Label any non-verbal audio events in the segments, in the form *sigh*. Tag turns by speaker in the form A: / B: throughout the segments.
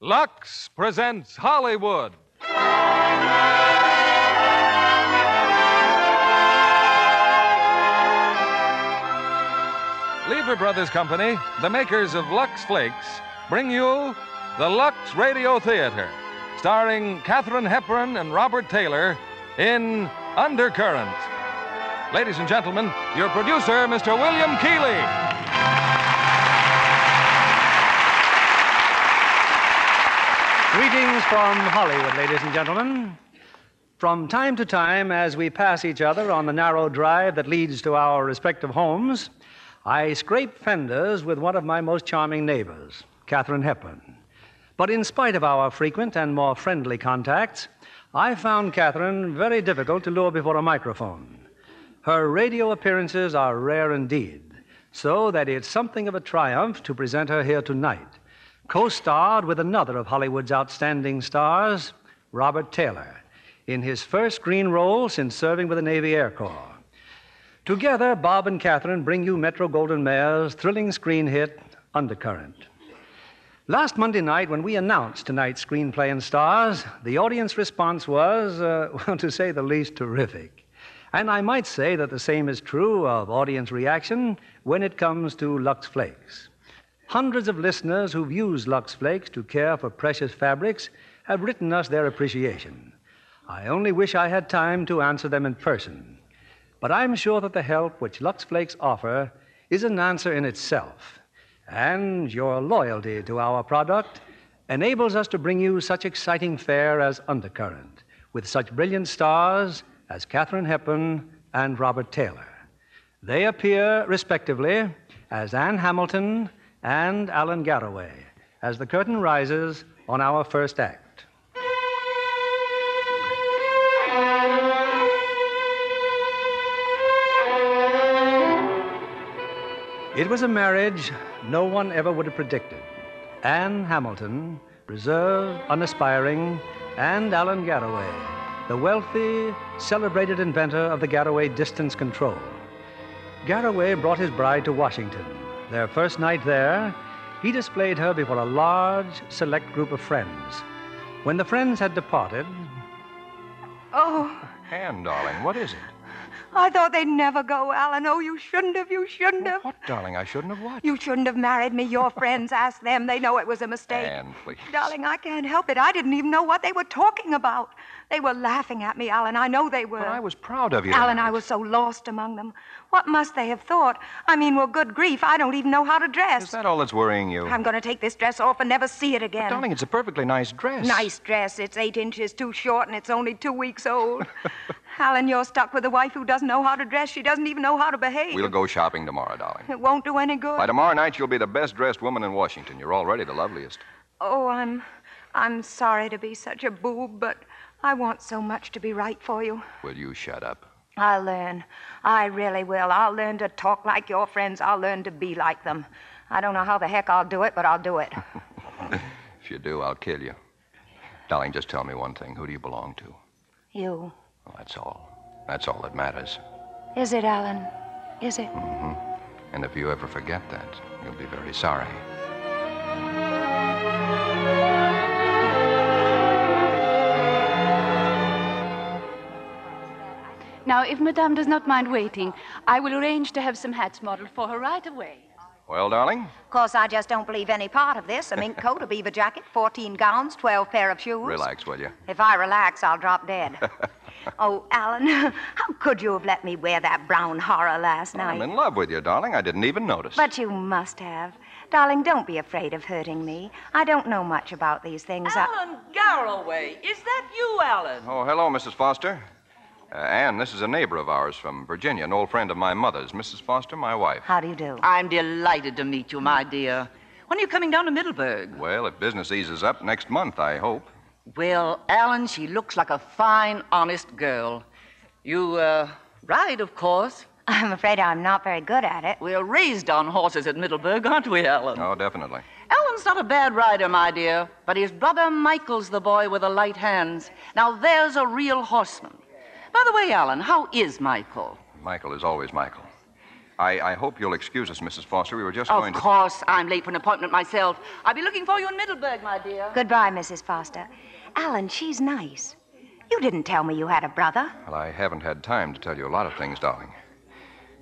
A: Lux presents Hollywood. Lever Brothers Company, the makers of Lux Flakes, bring you the Lux Radio Theater, starring Katherine Hepburn and Robert Taylor in Undercurrent. Ladies and gentlemen, your producer, Mr. William Keeley.
B: Greetings from Hollywood, ladies and gentlemen. From time to time, as we pass each other on the narrow drive that leads to our respective homes, I scrape fenders with one of my most charming neighbors, Catherine Hepburn. But in spite of our frequent and more friendly contacts, I found Catherine very difficult to lure before a microphone. Her radio appearances are rare indeed, so that it's something of a triumph to present her here tonight co starred with another of Hollywood's outstanding stars, Robert Taylor, in his first screen role since serving with the Navy Air Corps. Together, Bob and Catherine bring you Metro Golden Mayer's thrilling screen hit, Undercurrent. Last Monday night, when we announced tonight's screenplay and stars, the audience response was, uh, *laughs* well, to say the least, terrific. And I might say that the same is true of audience reaction when it comes to Lux Flakes. Hundreds of listeners who've used Lux Flakes to care for precious fabrics have written us their appreciation. I only wish I had time to answer them in person. But I'm sure that the help which Lux Flakes offer is an answer in itself. And your loyalty to our product enables us to bring you such exciting fare as Undercurrent, with such brilliant stars as Katherine Hepburn and Robert Taylor. They appear, respectively, as Anne Hamilton and Alan Garraway as the curtain rises on our first act. It was a marriage no one ever would have predicted. Anne Hamilton, reserved, unaspiring, and Alan Garraway, the wealthy, celebrated inventor of the Garraway distance control. Garraway brought his bride to Washington. Their first night there, he displayed her before a large, select group of friends. When the friends had departed,
C: Oh,
D: Anne, darling, what is it?
C: I thought they'd never go, Alan. Oh, you shouldn't have. You shouldn't have.
D: What, darling? I shouldn't have what?
C: You shouldn't have married me. Your friends asked them. They know it was a mistake.
D: Anne, please.
C: Darling, I can't help it. I didn't even know what they were talking about. They were laughing at me, Alan. I know they were.
D: But I was proud of you.
C: Alan, I was so lost among them. What must they have thought? I mean, well, good grief, I don't even know how to dress.
D: Is that all that's worrying you?
C: I'm going to take this dress off and never see it again.
D: Darling, it's a perfectly nice dress.
C: Nice dress. It's eight inches too short and it's only two weeks
D: *laughs*
C: old. Alan, you're stuck with a wife who doesn't know how to dress. She doesn't even know how to behave.
D: We'll go shopping tomorrow, darling.
C: It won't do any good.
D: By tomorrow night, you'll be the best dressed woman in Washington. You're already the loveliest.
C: Oh, I'm I'm sorry to be such a boob, but I want so much to be right for you.
D: Will you shut up? *laughs*
C: I'll learn. I really will. I'll learn to talk like your friends. I'll learn to be like them. I don't know how the heck I'll do it, but I'll do it.
D: If you do, I'll kill you. Darling, just tell me one thing. Who do you belong to?
C: you.
D: Well, that's all. That's all that matters.
C: Is it, Alan? Is it?
D: And if you ever forget that, you'll be very sorry.
E: Now, if Madame does not mind waiting, I will arrange to have some hats modeled for her right away.
D: Well, darling,
E: Of course, I just don't believe any part of this. A *laughs* mink coat, a beaver jacket, 14 gowns, 12 pair of shoes.
D: relax, will you? *laughs*
E: If I relax, I'll drop dead. oh, Alan, *laughs* how could you have let me wear that brown horror last night?
D: I'm in love with you, darling. I didn't even notice.
E: But you must have. Darling, don't be afraid of hurting me. I don't know much about these things. I-
F: Alan Garraway, is that you, Alan?
D: Oh, hello, Mrs. Foster. Uh, Anne, this is a neighbor of ours from Virginia, an old friend of my mother's. Mrs. Foster, my wife.
E: How do you do?
F: I'm delighted to meet you, my dear. When are you coming down to Middleburg?
D: Well, if business eases up next month, I hope.
F: Well, Alan, she looks like a fine, honest girl. You uh, ride, of course.
E: I'm afraid I'm not very good at it.
F: We're raised on horses at Middleburg, aren't we, Alan?
D: Oh, definitely.
F: Alan's not a bad rider, my dear, but his brother Michael's the boy with the light hands. Now, there's a real horseman. By the way, Alan, how is Michael?
D: Michael is always Michael. I, I hope you'll excuse us, Mrs. Foster. We were just
F: Of
D: going to.
F: course, I'm late for an appointment myself. I'll be looking for you in Middleburg, my dear.
E: Goodbye, Mrs. Foster. Alan, she's nice. You didn't tell me you had a brother.
D: Well, I haven't had time to tell you a lot of things, darling.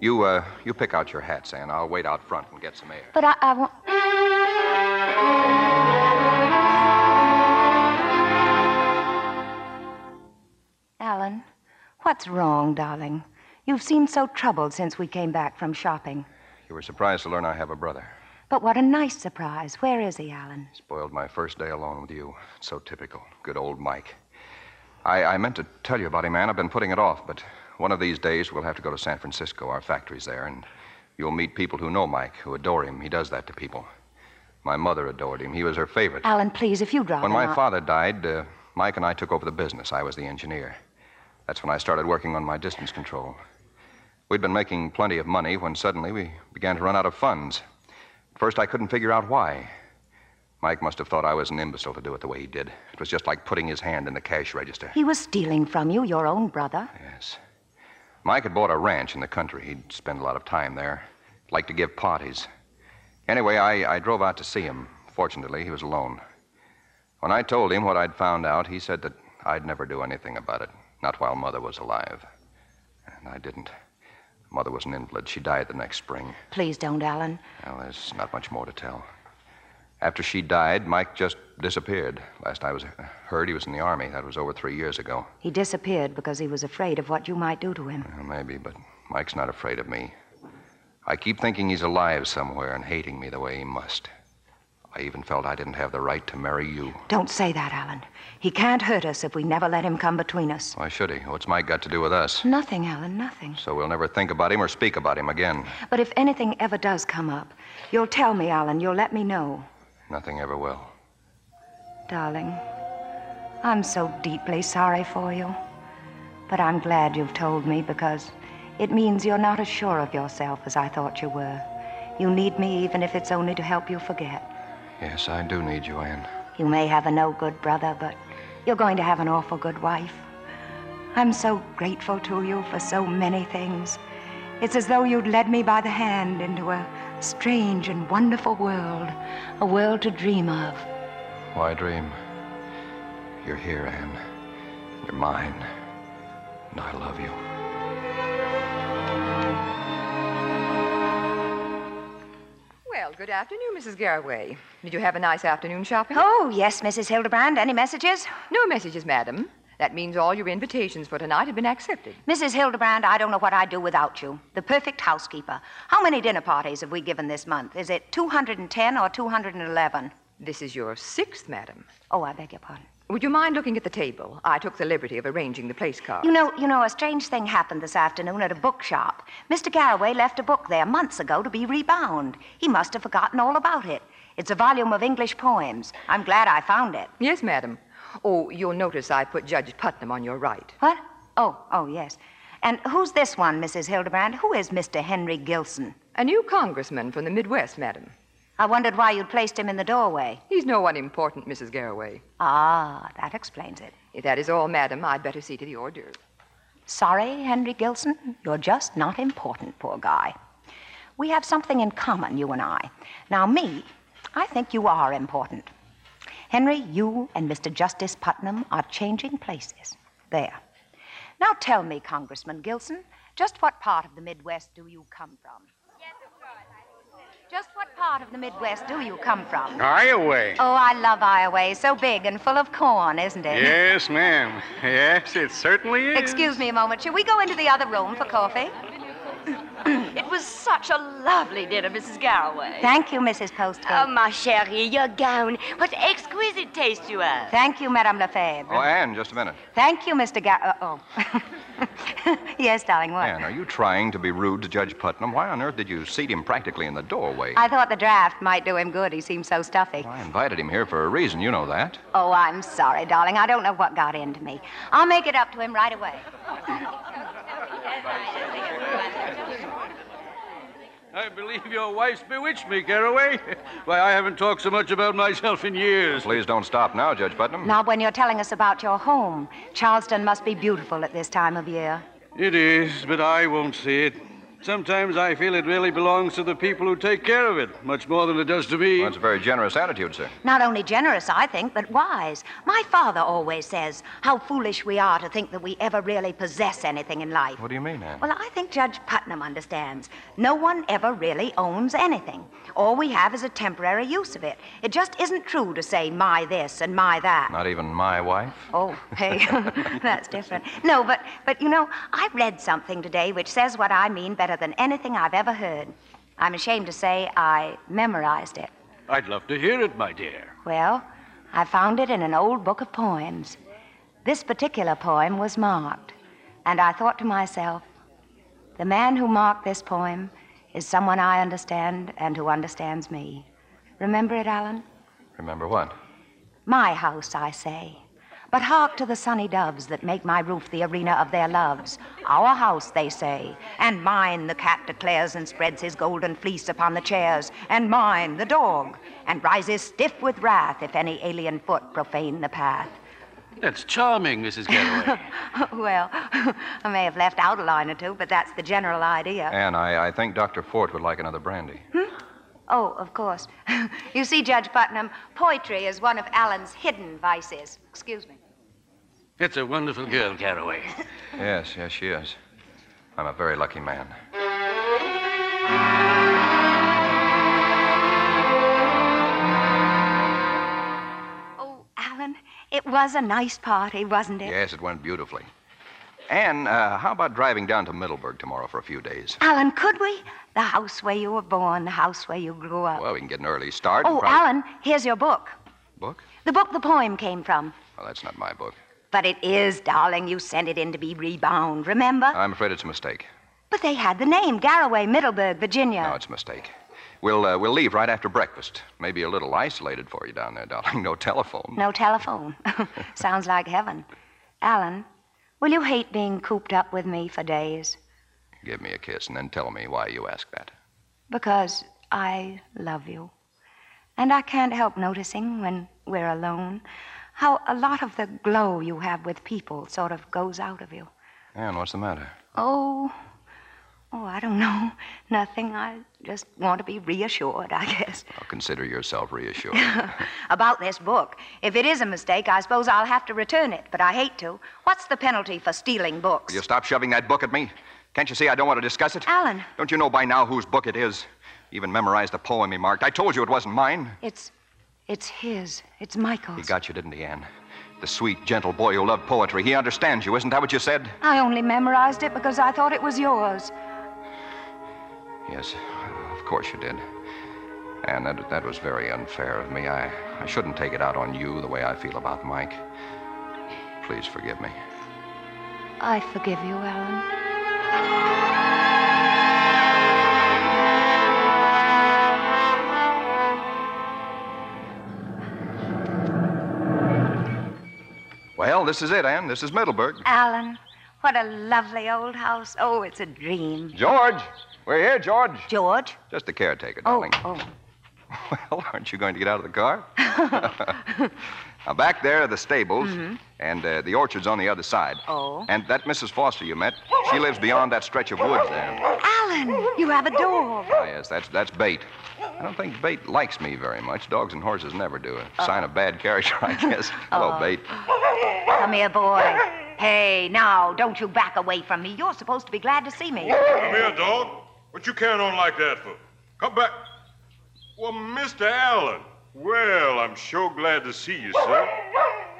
D: You, uh, you pick out your hats, Anne. I'll wait out front and get some air.
E: But I, I want. Alan, what's wrong, darling? You've seemed so troubled since we came back from shopping.
D: You were surprised to learn I have a brother.
E: But what a nice surprise. Where is he, Alan?
D: Spoiled my first day alone with you. So typical. Good old Mike. I, I meant to tell you about him, Anne. I've been putting it off, but one of these days we'll have to go to San Francisco. Our factory's there, and you'll meet people who know Mike, who adore him. He does that to people. My mother adored him. He was her favorite.
E: Alan, please, if you drop
D: When
E: him,
D: my
E: I'll-
D: father died, uh, Mike and I took over the business. I was the engineer. That's when I started working on my distance control. We'd been making plenty of money when suddenly we began to run out of funds. At first, I couldn't figure out why. Mike must have thought I was an imbecile to do it the way he did. It was just like putting his hand in the cash register.
E: He was stealing from you, your own brother.
D: Yes. Mike had bought a ranch in the country. He'd spend a lot of time there. Liked to give parties. Anyway, I, I drove out to see him. Fortunately, he was alone. When I told him what I'd found out, he said that I'd never do anything about it, not while Mother was alive. And I didn't. Mother was an invalid. She died the next spring.
E: Please don't, Alan.
D: Well, there's not much more to tell. After she died, Mike just disappeared. Last I was heard, he was in the army. That was over three years ago.
E: He disappeared because he was afraid of what you might do to him.
D: Well, maybe, but Mike's not afraid of me. I keep thinking he's alive somewhere and hating me the way he must. I even felt I didn't have the right to marry you.
E: Don't say that, Alan. He can't hurt us if we never let him come between us.
D: Why should he? What's Mike got to do with us?
E: Nothing, Alan, nothing.
D: So we'll never think about him or speak about him again.
E: But if anything ever does come up, you'll tell me, Alan. You'll let me know.
D: Nothing ever will.
E: Darling, I'm so deeply sorry for you. But I'm glad you've told me because it means you're not as sure of yourself as I thought you were. You need me even if it's only to help you forget.
D: Yes, I do need you, Anne.
E: You may have a no good brother, but you're going to have an awful good wife. I'm so grateful to you for so many things. It's as though you'd led me by the hand into a strange and wonderful world, a world to dream of.
D: Why dream? You're here, Anne. You're mine. And I love you.
G: Well, good afternoon, Mrs. Garraway. Did you have a nice afternoon shopping?
E: Oh, yes, Mrs. Hildebrand. Any messages?
G: No messages, madam. That means all your invitations for tonight have been accepted.
E: Mrs. Hildebrand, I don't know what I'd do without you. The perfect housekeeper. How many dinner parties have we given this month? Is it 210 or 211?
G: This is your sixth, madam.
E: Oh, I beg your pardon.
G: Would you mind looking at the table? I took the liberty of arranging the place cards.
E: You know, you know, a strange thing happened this afternoon at a bookshop. Mr. Garraway left a book there months ago to be rebound. He must have forgotten all about it. It's a volume of English poems. I'm glad I found it.
G: Yes, madam. Oh, you'll notice I put Judge Putnam on your right.
E: What? Oh, oh, yes. And who's this one, Mrs. Hildebrand? Who is Mr. Henry Gilson?
G: A new congressman from the Midwest, madam.
E: I wondered why you'd placed him in the doorway.
G: He's no one important, Mrs. Garraway.
E: Ah, that explains it.
G: If that is all, madam, I'd better see to the hors d'oeuvres.
E: Sorry, Henry Gilson. You're just not important, poor guy. We have something in common, you and I. Now, me, I think you are important. Henry, you and Mr. Justice Putnam are changing places. There. Now tell me, Congressman Gilson, just what part of the Midwest do you come from? Just what part of the Midwest do you come from?
H: Iowa.
E: Oh, I love Iowa. It's So big and full of corn, isn't it?
H: Yes, ma'am. Yes, it certainly is.
E: Excuse me a moment. Shall we go into the other room for coffee?
I: It was such a lovely dinner, Mrs. Garraway.
E: Thank you, Mrs. Postgate.
I: Oh, ma chérie, your gown. What exquisite taste you have.
E: Thank you, Madame Lefebvre.
D: Oh, Anne, just a minute.
E: Thank you, Mr. Gar. Uh, oh. *laughs* yes, darling, what?
D: Anne, are you trying to be rude to Judge Putnam? Why on earth did you seat him practically in the doorway?
E: I thought the draft might do him good. He seemed so stuffy.
D: I invited him here for a reason. You know that.
E: Oh, I'm sorry, darling. I don't know what got into me. I'll make it up to him right away.
J: I believe your wife's bewitched me, Garraway. Why, I haven't talked so much about myself in years.
D: Please don't stop now, Judge Putnam.
E: Not when you're telling us about your home. Charleston must be beautiful at this time of year.
J: It is, but I won't see it. Sometimes I feel it really belongs to the people who take care of it, much more than it does to me.
D: Well, that's a very generous attitude, sir.
E: Not only generous, I think, but wise. My father always says how foolish we are to think that we ever really possess anything in life.
D: What do you mean, Anne?
E: Well, I think Judge Putnam understands. No one ever really owns anything. All we have is a temporary use of it. It just isn't true to say my this and my that.
D: Not even my wife?
E: Oh, hey, *laughs* that's different. No, but but you know, I read something today which says what I mean better than anything I've ever heard. I'm ashamed to say I memorized it.
J: I'd love to hear it, my dear.
E: Well, I found it in an old book of poems. This particular poem was marked, and I thought to myself, the man who marked this poem is someone I understand and who understands me. Remember it, Alan?
D: Remember what?
E: My house, I say. But hark to the sunny doves that make my roof the arena of their loves. Our house, they say, and mine, the cat declares and spreads his golden fleece upon the chairs, and mine, the dog, and rises stiff with wrath if any alien foot profane the path. *laughs*
J: That's charming, Mrs. Garraway.
E: well, *laughs* I may have left out a line or two, but that's the general idea.
D: Anne, I, I think Dr. Fort would like another brandy.
E: Oh, of course. *laughs* you see, Judge Putnam, poetry is one of Alan's hidden vices. Excuse me.
J: it's a wonderful girl, Garraway.
D: Yes, yes, she is. I'm a very lucky man.
E: Oh, Alan, it was a nice party, wasn't it?
D: Yes, it went beautifully. Anne, uh, how about driving down to Middleburg tomorrow for a few days?
E: Alan, could we? The house where you were born, the house where you grew up.
D: Well, we can get an early start. and
E: oh,
D: prob-
E: Alan, here's your book.
D: Book?
E: The book the poem came from.
D: Well, that's not my book.
E: But it is, darling. You sent it in to be rebound, remember?
D: I'm afraid it's a mistake.
E: but they had the name Garraway, Middleburg, Virginia.
D: No, it's a mistake. We'll, uh, we'll leave right after breakfast. Maybe a little isolated for you down there, darling. No telephone.
E: No telephone. *laughs* Sounds like heaven. Alan, will you hate being cooped up with me for days?
D: Give me a kiss and then tell me why you asked that.
E: Because I love you. And I can't help noticing when we're alone how a lot of the glow you have with people sort of goes out of you.
D: Anne, what's the matter?
E: Oh, oh, I don't know. *laughs* Nothing. I just want to be reassured, I *laughs* guess.
D: Well, consider yourself reassured.
E: *laughs* About this book. If it is a mistake, I suppose I'll have to return it, but I hate to. What's the penalty for stealing books?
D: Will you stop shoving that book at me? Can't you see I don't want to discuss it?
E: Alan.
D: Don't you know by now whose book it is? Even memorized the poem he marked. I told you it wasn't mine.
E: It's it's his. It's Michael's.
D: He got you, didn't he, Anne? The sweet, gentle boy who loved poetry. He understands you. Isn't that what you said?
E: I only memorized it because I thought it was yours.
D: Yes, of course you did. And that, that was very unfair of me. I, I shouldn't take it out on you the way I feel about Mike. Please forgive me.
E: I forgive you, Alan.
D: Well, this is it, Anne. This is Middleburg.
E: Alan, what a lovely old house. Oh, it's a dream.
D: George! We're here, George.
E: George?
D: Just the caretaker,
E: Oh,
D: darling.
E: oh.
D: *laughs* Well, aren't you going to get out of the
E: *laughs*
D: car? now, back there are the stables, and uh, the orchard's on the other side.
E: Mm-hmm. Oh.
D: And that Mrs. Foster you met, she lives beyond that stretch of woods there.
E: Alan, you have a dog.
D: Ah, yes, that's, that's Bate. I don't think Bate likes me very much. Dogs and horses never do. A
E: Uh-huh.
D: sign of bad character,
E: *laughs*
D: I guess. Hello, Bate.
E: Come here, boy. Hey, now, don't you back away from me. You're supposed to be glad to see me.
K: Come here, dog. What you carrying on like that for? Come back. Well, Mr. Allen. Well, I'm sure glad to see you, sir.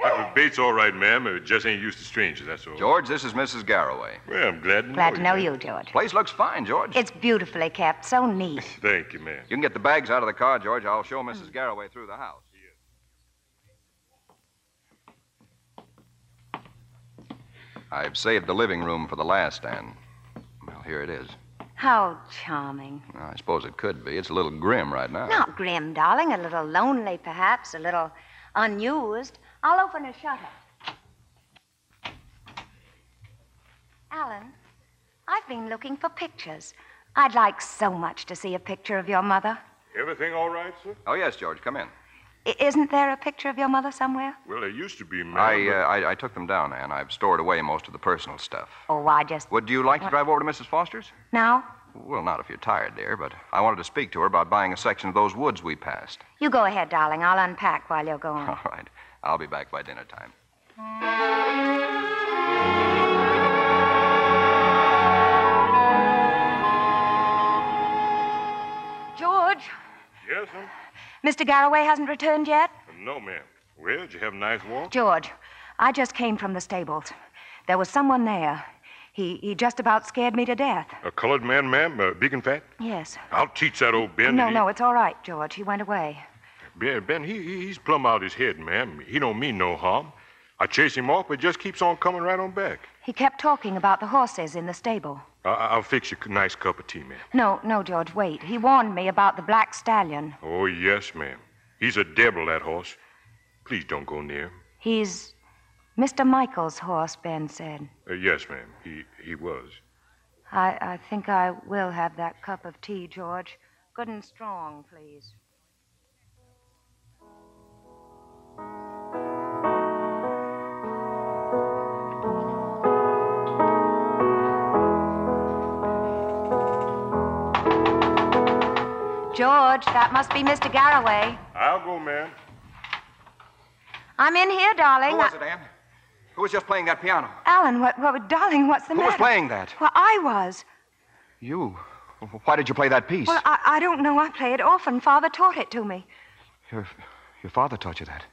K: Uh, Bates, all right, ma'am. It just ain't used to strangers, that's all.
D: George, this is Mrs. Garraway.
K: Well, I'm glad to
E: Glad to know
K: ma'am.
E: you, George.
D: Place looks fine, George.
E: It's beautifully kept, so neat.
K: Thank you, ma'am.
D: You can get the bags out of the car, George. I'll show Mrs. Garraway through the house. I've saved the living room for the last, Ann. Well, here it is.
E: How charming.
D: Well, I suppose it could be. It's a little grim right now.
E: Not grim, darling. A little lonely, perhaps, a little unused. I'll open a shutter. Alan, I've been looking for pictures. I'd like so much to see a picture of your mother.
K: Everything all right, sir?
D: Oh, yes, George. Come in.
E: I- isn't there a picture of your mother somewhere?
K: Well, there used to be, ma'am.
D: I, uh, I, I took them down, Ann. I've stored away most of the personal stuff.
E: Oh, I just.
D: Would you like to drive over to Mrs. Foster's?
E: No?
D: Well, not if you're tired, dear, but I wanted to speak to her about buying a section of those woods we passed.
E: You go ahead, darling. I'll unpack while you're gone.
D: All right. I'll be back by dinner time.
E: George,
K: Yes, ma'am?
E: Mr. Garraway hasn't returned yet?
K: No, ma'am. Well, did you have a nice walk?
E: George, I just came from the stables. There was someone there. He, he just about scared me to death.
K: A colored man, ma'am? Uh, big and fat?
E: Yes.
K: I'll teach that old Ben.
E: no,
K: he-
E: no, it's all right, George. He went away.
K: Ben, ben he, he- he's plumb out his head, ma'am. He don't mean no harm. I chase him off, but he just keeps on coming right on back.
E: He kept talking about the horses in the stable.
K: I, I'll fix you a nice cup of tea, ma'am.
E: No, no, George, wait. He warned me about the black stallion.
K: Oh, yes, ma'am. He's a devil, that horse. Please don't go near him.
E: He's Mr. Michael's horse, Ben said.
K: Uh, yes, ma'am. He, he was.
E: I, I think I will have that cup of tea, George. Good and strong, please. George, that must be Mr. Garraway.
K: I'll go, ma'am.
E: I'm in here, darling.
D: Who was it, Ann? Who was just playing that piano?
E: Alan, what, what, darling, what's the
D: Who
E: matter?
D: was playing that?
E: Well, I was.
D: You. Why did you play that piece?
E: Well, I, I don't know. I play it often. Father taught it to me.
D: Your, your father taught you that.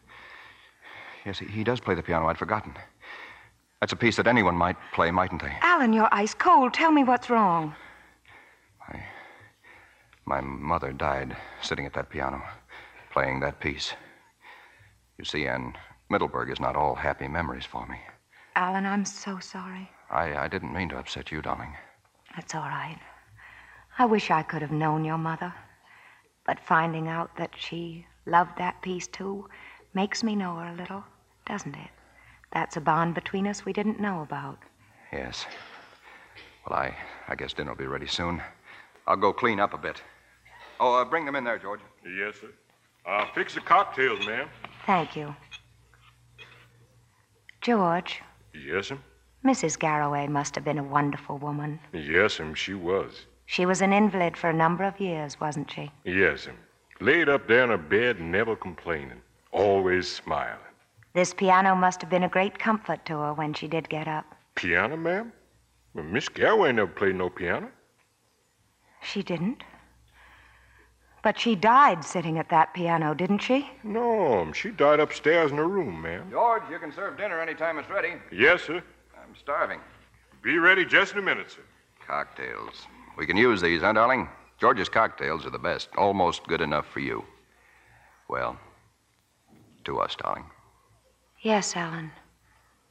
D: Yes, he, he does play the piano. I'd forgotten. That's a piece that anyone might play, mightn't they?
E: Alan, you're ice cold. Tell me what's wrong.
D: My mother died sitting at that piano, playing that piece. You see, Anne, Middleburg is not all happy memories for me.
E: Alan, I'm so sorry.
D: I, I didn't mean to upset you, darling.
E: That's all right. I wish I could have known your mother. But finding out that she loved that piece too makes me know her a little, doesn't it? That's a bond between us we didn't know about.
D: Yes. Well, I, I guess dinner will be ready soon. I'll go clean up a bit. Oh, uh, bring them in there, George.
K: Yes, sir. I'll fix the cocktails, ma'am.
E: Thank you. George,
K: Yes, ma'am.
E: Mrs. Garraway must have been a wonderful woman.
K: Yes, ma'am, she was.
E: She was an invalid for a number of years, wasn't she?
K: Yes, ma'am. Laid up there in her bed, never complaining, always smiling.
E: This piano must have been a great comfort to her when she did get up.
K: Piano, ma'am? Well, Miss Garraway never played no piano.
E: She didn't. But she died sitting at that piano, didn't she?
K: No, ma'am, she died upstairs in her room, ma'am.
D: George, you can serve dinner any time it's ready.
K: Yes, sir.
D: I'm starving.
K: Be ready just in a minute, sir.
D: Cocktails. We can use these, huh, darling? George's cocktails are the best, almost good enough for you. Well, to us, darling.
E: Yes, Alan.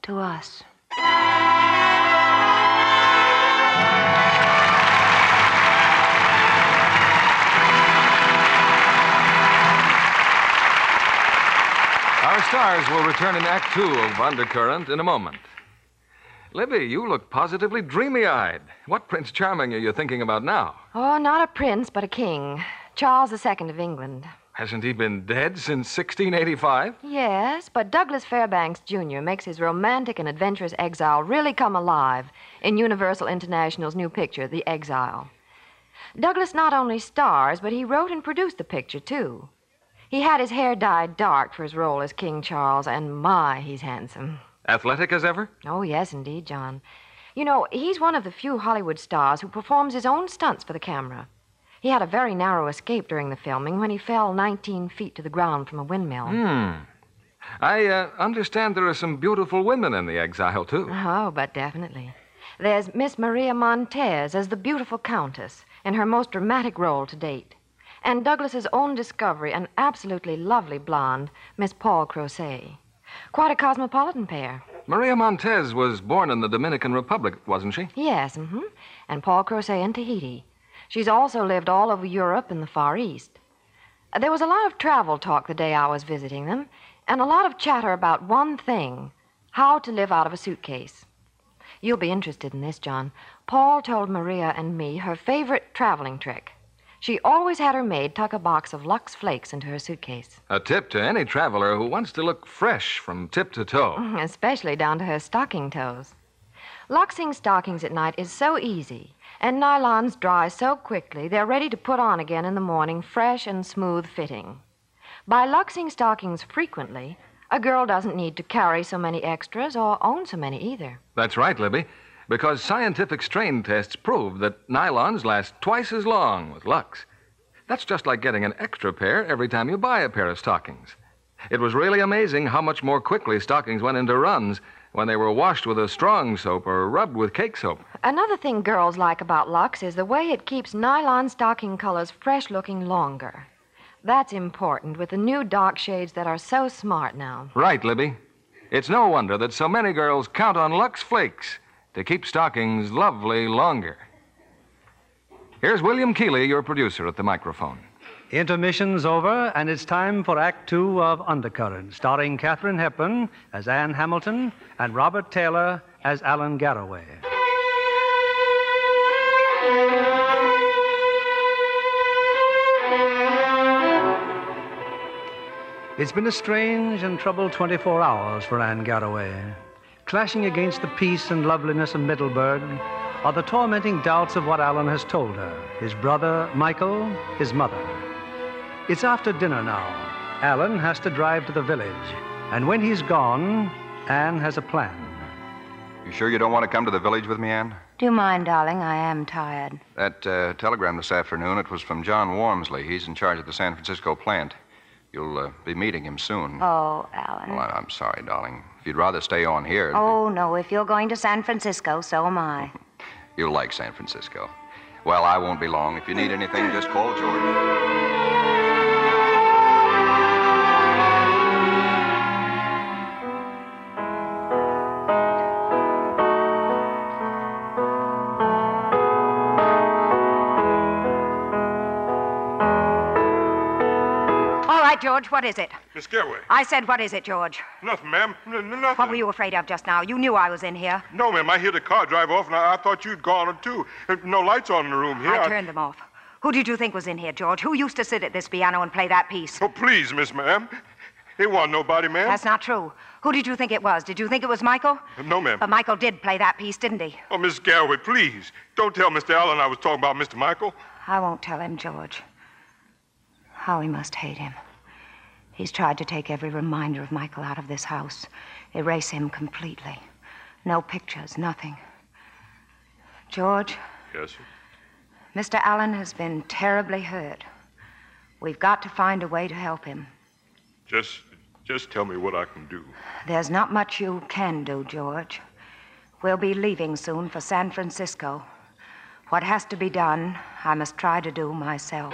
E: To us.
L: Our stars will return in Act Two of Undercurrent in a moment. Libby, you look positively dreamy eyed. What Prince Charming are you thinking about now?
M: Oh, not a prince, but a king. Charles II of England.
L: Hasn't he been dead since 1685?
M: Yes, but Douglas Fairbanks Jr. makes his romantic and adventurous exile really come alive in Universal International's new picture, The Exile. Douglas not only stars, but he wrote and produced the picture, too. He had his hair dyed dark for his role as King Charles, and my, he's handsome.
L: Athletic as ever?
M: Oh, yes, indeed, John. You know, he's one of the few Hollywood stars who performs his own stunts for the camera. He had a very narrow escape during the filming when he fell 19 feet to the ground from a windmill.
A: Hmm. I uh, understand there are some beautiful women in the exile, too.
M: Oh, but definitely. There's Miss Maria Montez as the beautiful Countess in her most dramatic role to date. And Douglas's own discovery, an absolutely lovely blonde, Miss Paul Croce. Quite a cosmopolitan pair.
A: Maria Montez was born in the Dominican Republic, wasn't she?
M: Yes, mm-hmm. And Paul Croce in Tahiti. She's also lived all over Europe and the Far East. Uh, There was a lot of travel talk the day I was visiting them, and a lot of chatter about one thing how to live out of a suitcase. You'll be interested in this, John. Paul told Maria and me her favorite traveling trick. She always had her maid tuck a box of Lux Flakes into her suitcase,
A: A tip to any traveler who wants to look fresh from tip to toe.
M: *laughs* especially down to her stocking toes. Luxing stockings at night is so easy, and nylons dry so quickly they're ready to put on again in the morning, fresh and smooth fitting. By luxing stockings frequently, a girl doesn't need to carry so many extras or own so many either.
A: That's right, Libby, because scientific strain tests prove that nylons last twice as long with Lux. That's just like getting an extra pair every time you buy a pair of stockings. It was really amazing how much more quickly stockings went into runs when they were washed with a strong soap or rubbed with cake soap.
M: Another thing girls like about Lux is the way it keeps nylon stocking colors fresh looking longer. That's important with the new dark shades that are so smart now.
A: Right, Libby. It's no wonder that so many girls count on Lux Flakes to keep stockings lovely longer. Here's William Keeley, your producer, at the microphone.
B: Intermission's over, and it's time for Act Two of Undercurrent, starring Katharine Hepburn as Anne Hamilton and Robert Taylor as Alan Garraway. It's been a strange and troubled 24 hours for Anne Garraway. Clashing against the peace and loveliness of Middleburg are the tormenting doubts of what Alan has told her, his brother, Michael, his mother. It's after dinner now. Alan has to drive to the village, and when he's gone, Anne has a plan.
D: You sure you don't want to come to the village with me, Anne?
E: Do you mind, darling? I am tired.
D: That uh, telegram this afternoon, it was from John Wormsley. He's in charge of the San Francisco plant. You'll uh, be meeting him soon.
E: Oh, Alan.
D: Well, I- I'm sorry, darling. If you'd rather stay on here,
E: Oh, no. If you're going to San Francisco, so am I.
D: you'll like San Francisco. Well, I won't be long. If you need anything, just call George.
E: All right, George, what is it?
K: Miss Garraway.
E: I said, what is it, George?
K: Nothing, ma'am. N- n- nothing.
E: What were you afraid of just now? You knew I was in here.
K: No, ma'am. I hear the car drive off, and I, I thought you'd gone too. Uh, No lights on in the room here.
E: I turned them off. Who did you think was in here, George? Who used to sit at this piano and play that piece?
K: Oh, please, Miss Ma'am. It wasn't nobody, ma'am. Uh,
E: That's not true. Who did you think it was? Did you think it was Michael?
K: No, ma'am.
E: But Michael did play that piece, didn't he?
K: Oh, Miss Garraway, please. Don't tell Mr. Allen I was talking about Mr. Michael.
E: I won't tell him, George. How he must hate him. He's tried to take every reminder of Michael out of this house, erase him completely. No pictures, nothing. George,
K: Yes, sir.
E: Mr. Allen has been terribly hurt. We've got to find a way to help him.
K: Just, just tell me what I can do.
E: There's not much you can do, George. We'll be leaving soon for San Francisco. What has to be done, I must try to do myself.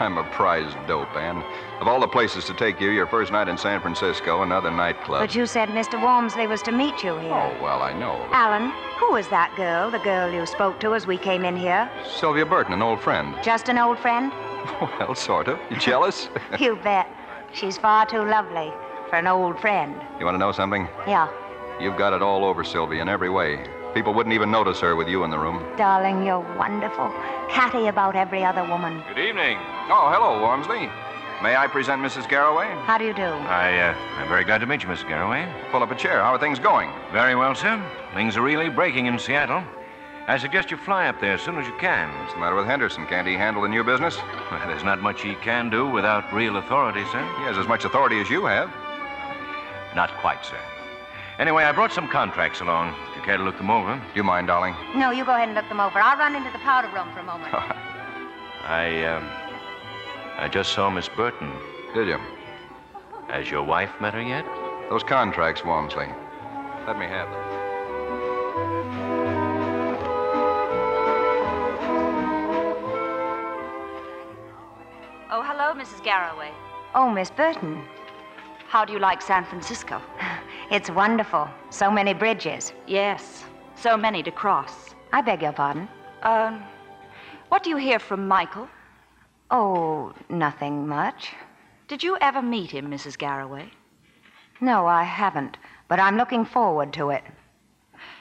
D: I'm a prize dope, Anne. Of all the places to take you, your first night in San Francisco, another nightclub.
E: But you said Mr. Walmsley was to meet you here.
D: Oh, well, I know.
E: Alan, who was that girl, the girl you spoke to as we came in here?
D: Sylvia Burton, an old friend. *laughs*
E: Just an old friend?
D: Well, sort of. You jealous? *laughs*
E: you bet. She's far too lovely for an old friend.
D: You want to know something?
E: Yeah.
D: You've got it all over Sylvia in every way. People wouldn't even notice her with you in the room.
E: Darling, you're wonderful. Catty about every other woman.
D: Good evening. Oh, hello, Wormsley. May I present Mrs. Garraway?
E: How do you do?
N: I, uh, I'm very glad to meet you, Mr. Garraway.
D: Pull up a chair. How are things going?
N: Very well, sir. Things are really breaking in Seattle. I suggest you fly up there as soon as you can.
D: What's the matter with Henderson? Can't he handle the new business?
N: Well, there's not much he can do without real authority, sir.
D: He has as much authority as you have.
N: Not quite, sir. Anyway, I brought some contracts along. If you care to look them over. Do
D: you mind, darling?
E: No, you go ahead and look them over. I'll run into the powder room for a moment.
N: I, um, I just saw Miss Burton.
D: Did you?
N: Has your wife met her yet?
D: Those contracts, Walmsley. Let me have them.
I: Oh, hello, Mrs. Garraway.
E: Oh, Miss Burton,
I: How do you like San
E: *laughs*
I: Francisco?
E: it's wonderful. So many bridges.
I: Yes, so many to cross.
E: I beg your pardon.
I: Um, what do you hear from Michael?
E: Oh, nothing much.
I: Did you ever meet him, Mrs. Garraway?
E: No, I haven't, but I'm looking forward to it.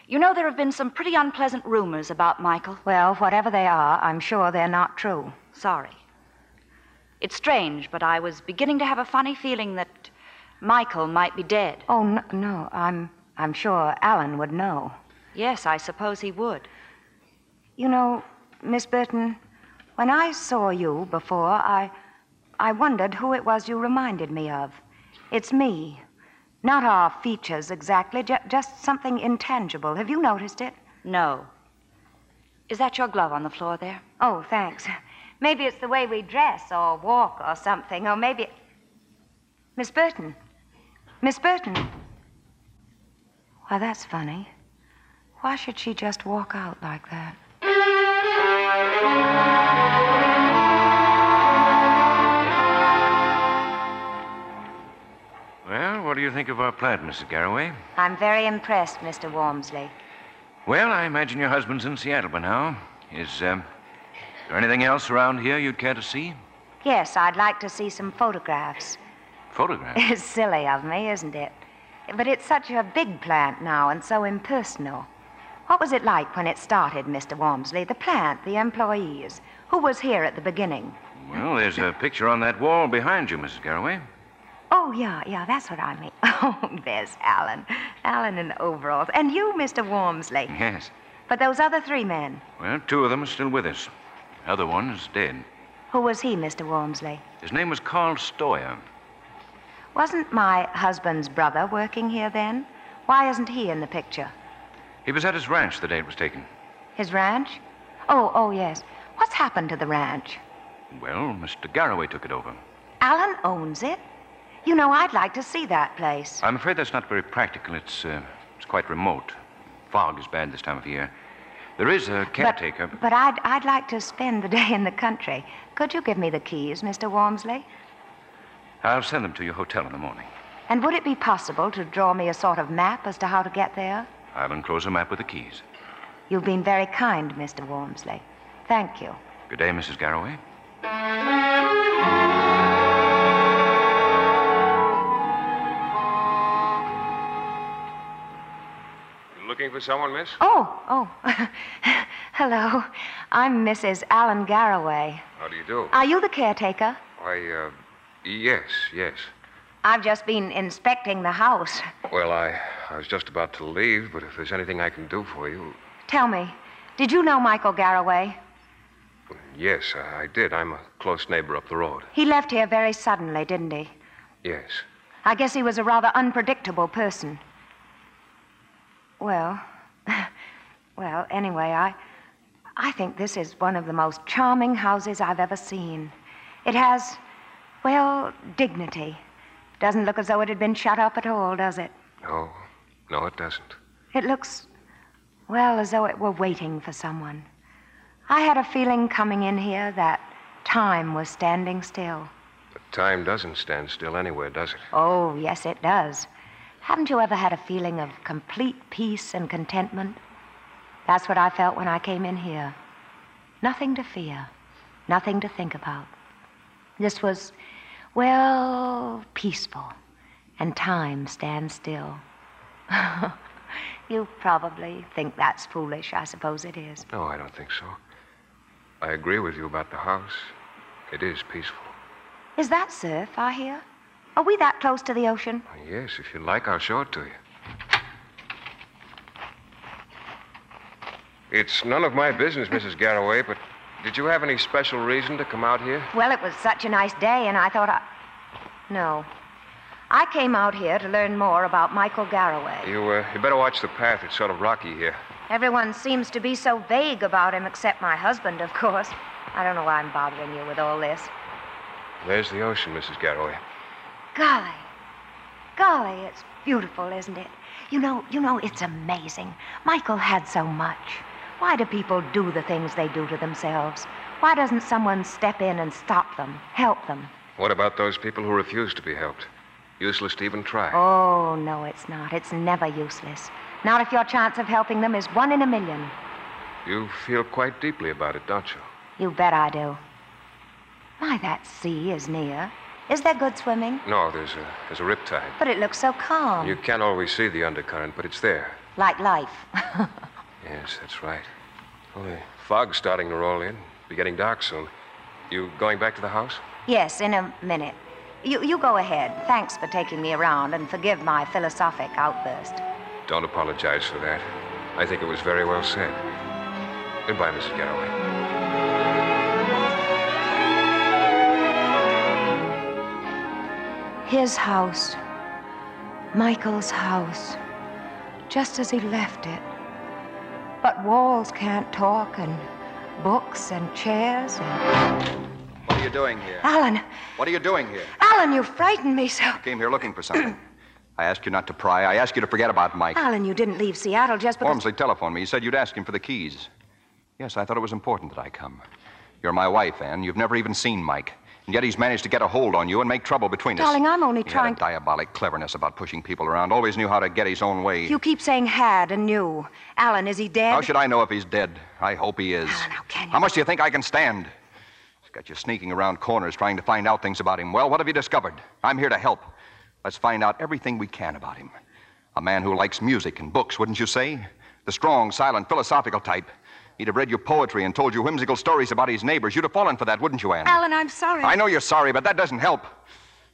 I: You know, there have been some pretty unpleasant rumors about Michael.
E: Well, whatever they are, I'm sure they're not true.
I: Sorry. It's strange, but I was beginning to have a funny feeling that Michael might be dead.
E: Oh, no, no I'm, I'm sure Alan would know.
I: Yes, I suppose he would.
E: You know, Miss Burton, when I saw you before, I, I wondered who it was you reminded me of. It's me. Not our features exactly, ju- just something intangible. Have you noticed it?
I: No. Is that your glove on the floor there?
E: Oh, thanks. *laughs* Maybe it's the way we dress or walk or something, or maybe. Miss Burton. Miss Burton. Why, that's funny. Why should she just walk out like that?
N: Well, what do you think of our plan, Mrs. Garraway?
E: I'm very impressed, Mr. Wormsley.
N: Well, I imagine your husband's in Seattle by now. Is um, there anything else around here you'd care to see?
E: Yes, I'd like to see some photographs.
N: Photographs?
E: *laughs* It's silly of me, isn't it? But it's such a big plant now and so impersonal. What was it like when it started, Mr. Wormsley? The plant, the employees. Who was here at the beginning?
N: well, there's a picture on that wall behind you, Mrs. Garraway.
E: Oh, yeah, yeah, that's what I mean. *laughs* Oh, there's Alan. Alan in overalls. And you, Mr. Wormsley.
N: Yes.
E: But those other three men.
N: Well, two of them are still with us. The other one is dead.
E: Who was he, Mr. Wormsley?
N: His name was Carl Stoyer.
E: Wasn't my husband's brother working here then? Why isn't he in the picture?
N: He was at his ranch the day it was taken.
E: His ranch? Oh, oh, yes. What's happened to the ranch?
N: Well, Mr. Garraway took it over.
E: Alan owns it. You know, I'd like to see that place.
N: I'm afraid that's not very practical. It's, uh, it's quite remote. Fog is bad this time of year. There is a caretaker.
E: But I'd, I'd like to spend the *laughs* day in the country. Could you give me the keys, Mr. Wormsley?
N: I'll send them to your hotel in the morning.
E: And would it be possible to draw me a sort of map as to how to get there?
N: I'll enclose a map with the keys.
E: You've been very kind, Mr. Wormsley. Thank you.
N: Good day, Mrs. Garraway.
O: You looking for someone, miss?
E: Oh, oh. *laughs* Hello. I'm Mrs. Alan Garraway.
O: How do you do?
E: Are you the caretaker?
O: Why, uh, yes, yes.
E: I've just been inspecting the house.
O: Well, I, I was just about to leave, but if there's anything I can do for you,
E: Tell me, did you know Michael Garraway?
O: yes, I, I did. I'm a close neighbor up the road.
E: He left here very suddenly, didn't he?
O: Yes.
E: I guess he was a rather unpredictable person. Well, *laughs* well, anyway, I I think this is one of the most charming houses I've ever seen. It has well, dignity. Doesn't look as though it had been shut up at all, does it?
O: No, no, it doesn't.
E: It looks well as though it were waiting for someone. I had a feeling coming in here that time was standing still.
O: But time doesn't stand still anywhere, does it?
E: Oh, yes, it does. Haven't you ever had a feeling of complete peace and contentment? That's what I felt when I came in here. Nothing to fear, nothing to think about. This was, well, Oh, peaceful, and time *laughs* stands still. you probably think that's foolish. I suppose it is.
O: No, I don't think so. I agree with you about the house. It is peaceful.
E: Is that surf I hear? Are we that close to the ocean?
O: Yes, if you like, I'll show it to you.
P: It's none of my business, Mrs. Garraway, but did you have any special reason to come out here?
E: Well, it was such a nice day, and I thought I. No. I came out here to learn more about Michael Garraway.
P: You, uh, you better watch the path. It's sort of rocky here.
E: Everyone seems to be so vague about him, except my husband, of course. I don't know why I'm bothering you with all this.
P: There's the ocean, Mrs. Garraway.
E: Golly. Golly, it's beautiful, isn't it? You know, you know, it's amazing. Michael had so much. Why do people do the things they do to themselves? Why doesn't someone step in and stop them, help them?
P: What about those people who refuse to be helped? Useless to even try.
E: Oh, no, it's not. It's never useless. Not if your chance of helping them is one in a million.
P: You feel quite deeply about it, don't you?
E: You bet I do. My, that sea is near. Is there good swimming?
P: No, there's a, there's a riptide.
E: But it looks so calm.
P: You can't always see the undercurrent, but it's there.
E: Like life. *laughs*
P: Yes, that's right. Well, the fog's starting to roll in. Be getting dark soon. You going back to the house?
E: yes, in a minute. You, you go ahead. Thanks for taking me around and forgive my philosophic outburst.
P: Don't apologize for that. I think it was very well said. Goodbye, Mrs. Garraway.
E: His house. Michael's house. Just as he left it. But walls can't talk, and books and chairs and.
D: What are you doing here?
E: Alan!
D: What are you doing here?
E: Alan, you frightened me so.
D: I came here looking for something. *clears throat* I asked you not to pry. I asked you to forget about Mike.
E: Alan, you didn't leave Seattle just because.
D: Wormsley telephoned me. He said you'd ask him for the keys. Yes, I thought it was important that I come. You're my wife, Anne. You've never even seen Mike. And yet he's managed to get a hold on you and make trouble between us.
E: Darling, I'm only
D: He
E: trying
D: had a diabolic cleverness about pushing people around. Always knew how to get his own way.
E: You keep saying had and knew. Alan, is he dead?
D: How should I know if he's dead? I hope he is. now
E: can you?
D: How much do you think I can stand? He's got you sneaking around corners trying to find out things about him. Well, what have you discovered? I'm here to help. Let's find out everything we can about him. A man who likes music and books, wouldn't you say? The strong, silent, philosophical type. He'd have read you poetry and told you whimsical stories about his neighbors. You'd have fallen for that, wouldn't you, Anne?
E: Alan, I'm sorry.
D: I know you're sorry, but that doesn't help.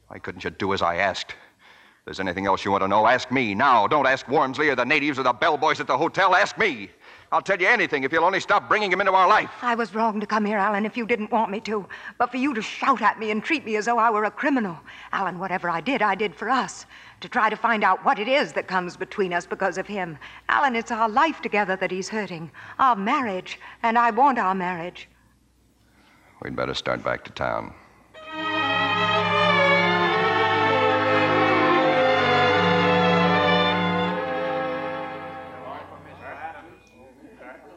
D: Why couldn't you do as I asked? If there's anything else you want to know, ask me now. Don't ask Wormsley or the natives or the bellboys at the hotel. Ask me. I'll tell you anything if you'll only stop bringing him into our life.
E: I was wrong to come here, Alan, if you didn't want me to. But for you to shout at me and treat me as though I were a criminal. Alan, whatever I did, I did for us. To try to find out what it is that comes between us because of him. Alan, it's our life together that he's hurting. Our marriage. And I want our marriage.
D: We'd better start back to town.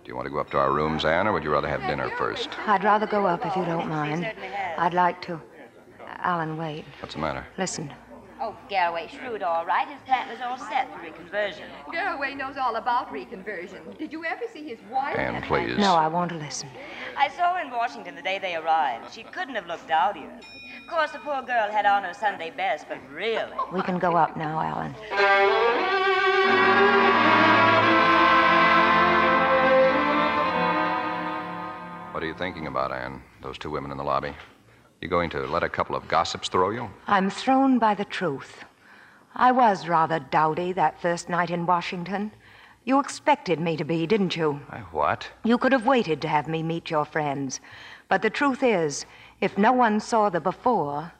D: Do you want to go up to our rooms, Anne, or would you rather have dinner first?
C: I'd rather go up if you don't mind. I'd like to. Alan, wait.
D: What's the matter?
C: Listen.
I: Oh, Garraway shrewd, all right. His plan was all set for reconversion.
Q: Garraway knows all about reconversion. Did you ever see his wife?
D: Anne, please.
C: No, I want to listen.
I: I saw her in Washington the day they arrived. She couldn't have looked dowdier. Of course, the poor girl had on her Sunday best, but really.
C: We can go up now, Alan.
D: What are you thinking about, Anne? Those two women in the lobby. You going to let a couple of gossips throw you?
C: I'm
E: thrown by the truth. I was rather dowdy that first night in Washington. You expected me to be, didn't you?
D: What?
E: You could have waited to have me meet your friends. But the truth is, if no one saw the before,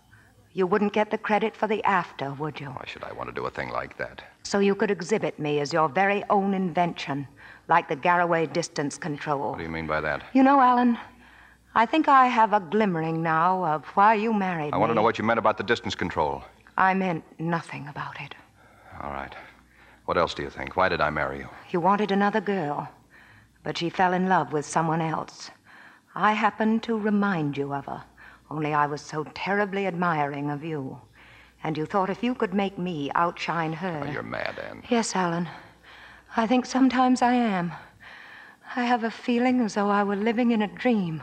E: you wouldn't get the credit for the after, would you?
D: Why should I want to do a thing like that?
E: So you could exhibit me as your very own invention, like the Garraway distance control.
D: What do you mean by that?
E: You know, Alan, I think I have a glimmering now of why you married
D: I want to
E: me.
D: know what you meant about the distance control.
E: I meant nothing about it.
D: All right. What else do you think? Why did I marry you?
E: You wanted another girl, but she fell in love with someone else. I happened to remind you of her, only I was so terribly admiring of you. And you thought if you could make me outshine her.
D: Oh, You're mad, Anne.
C: Yes, Alan. I think sometimes I am. I have a feeling as though I were living in a dream,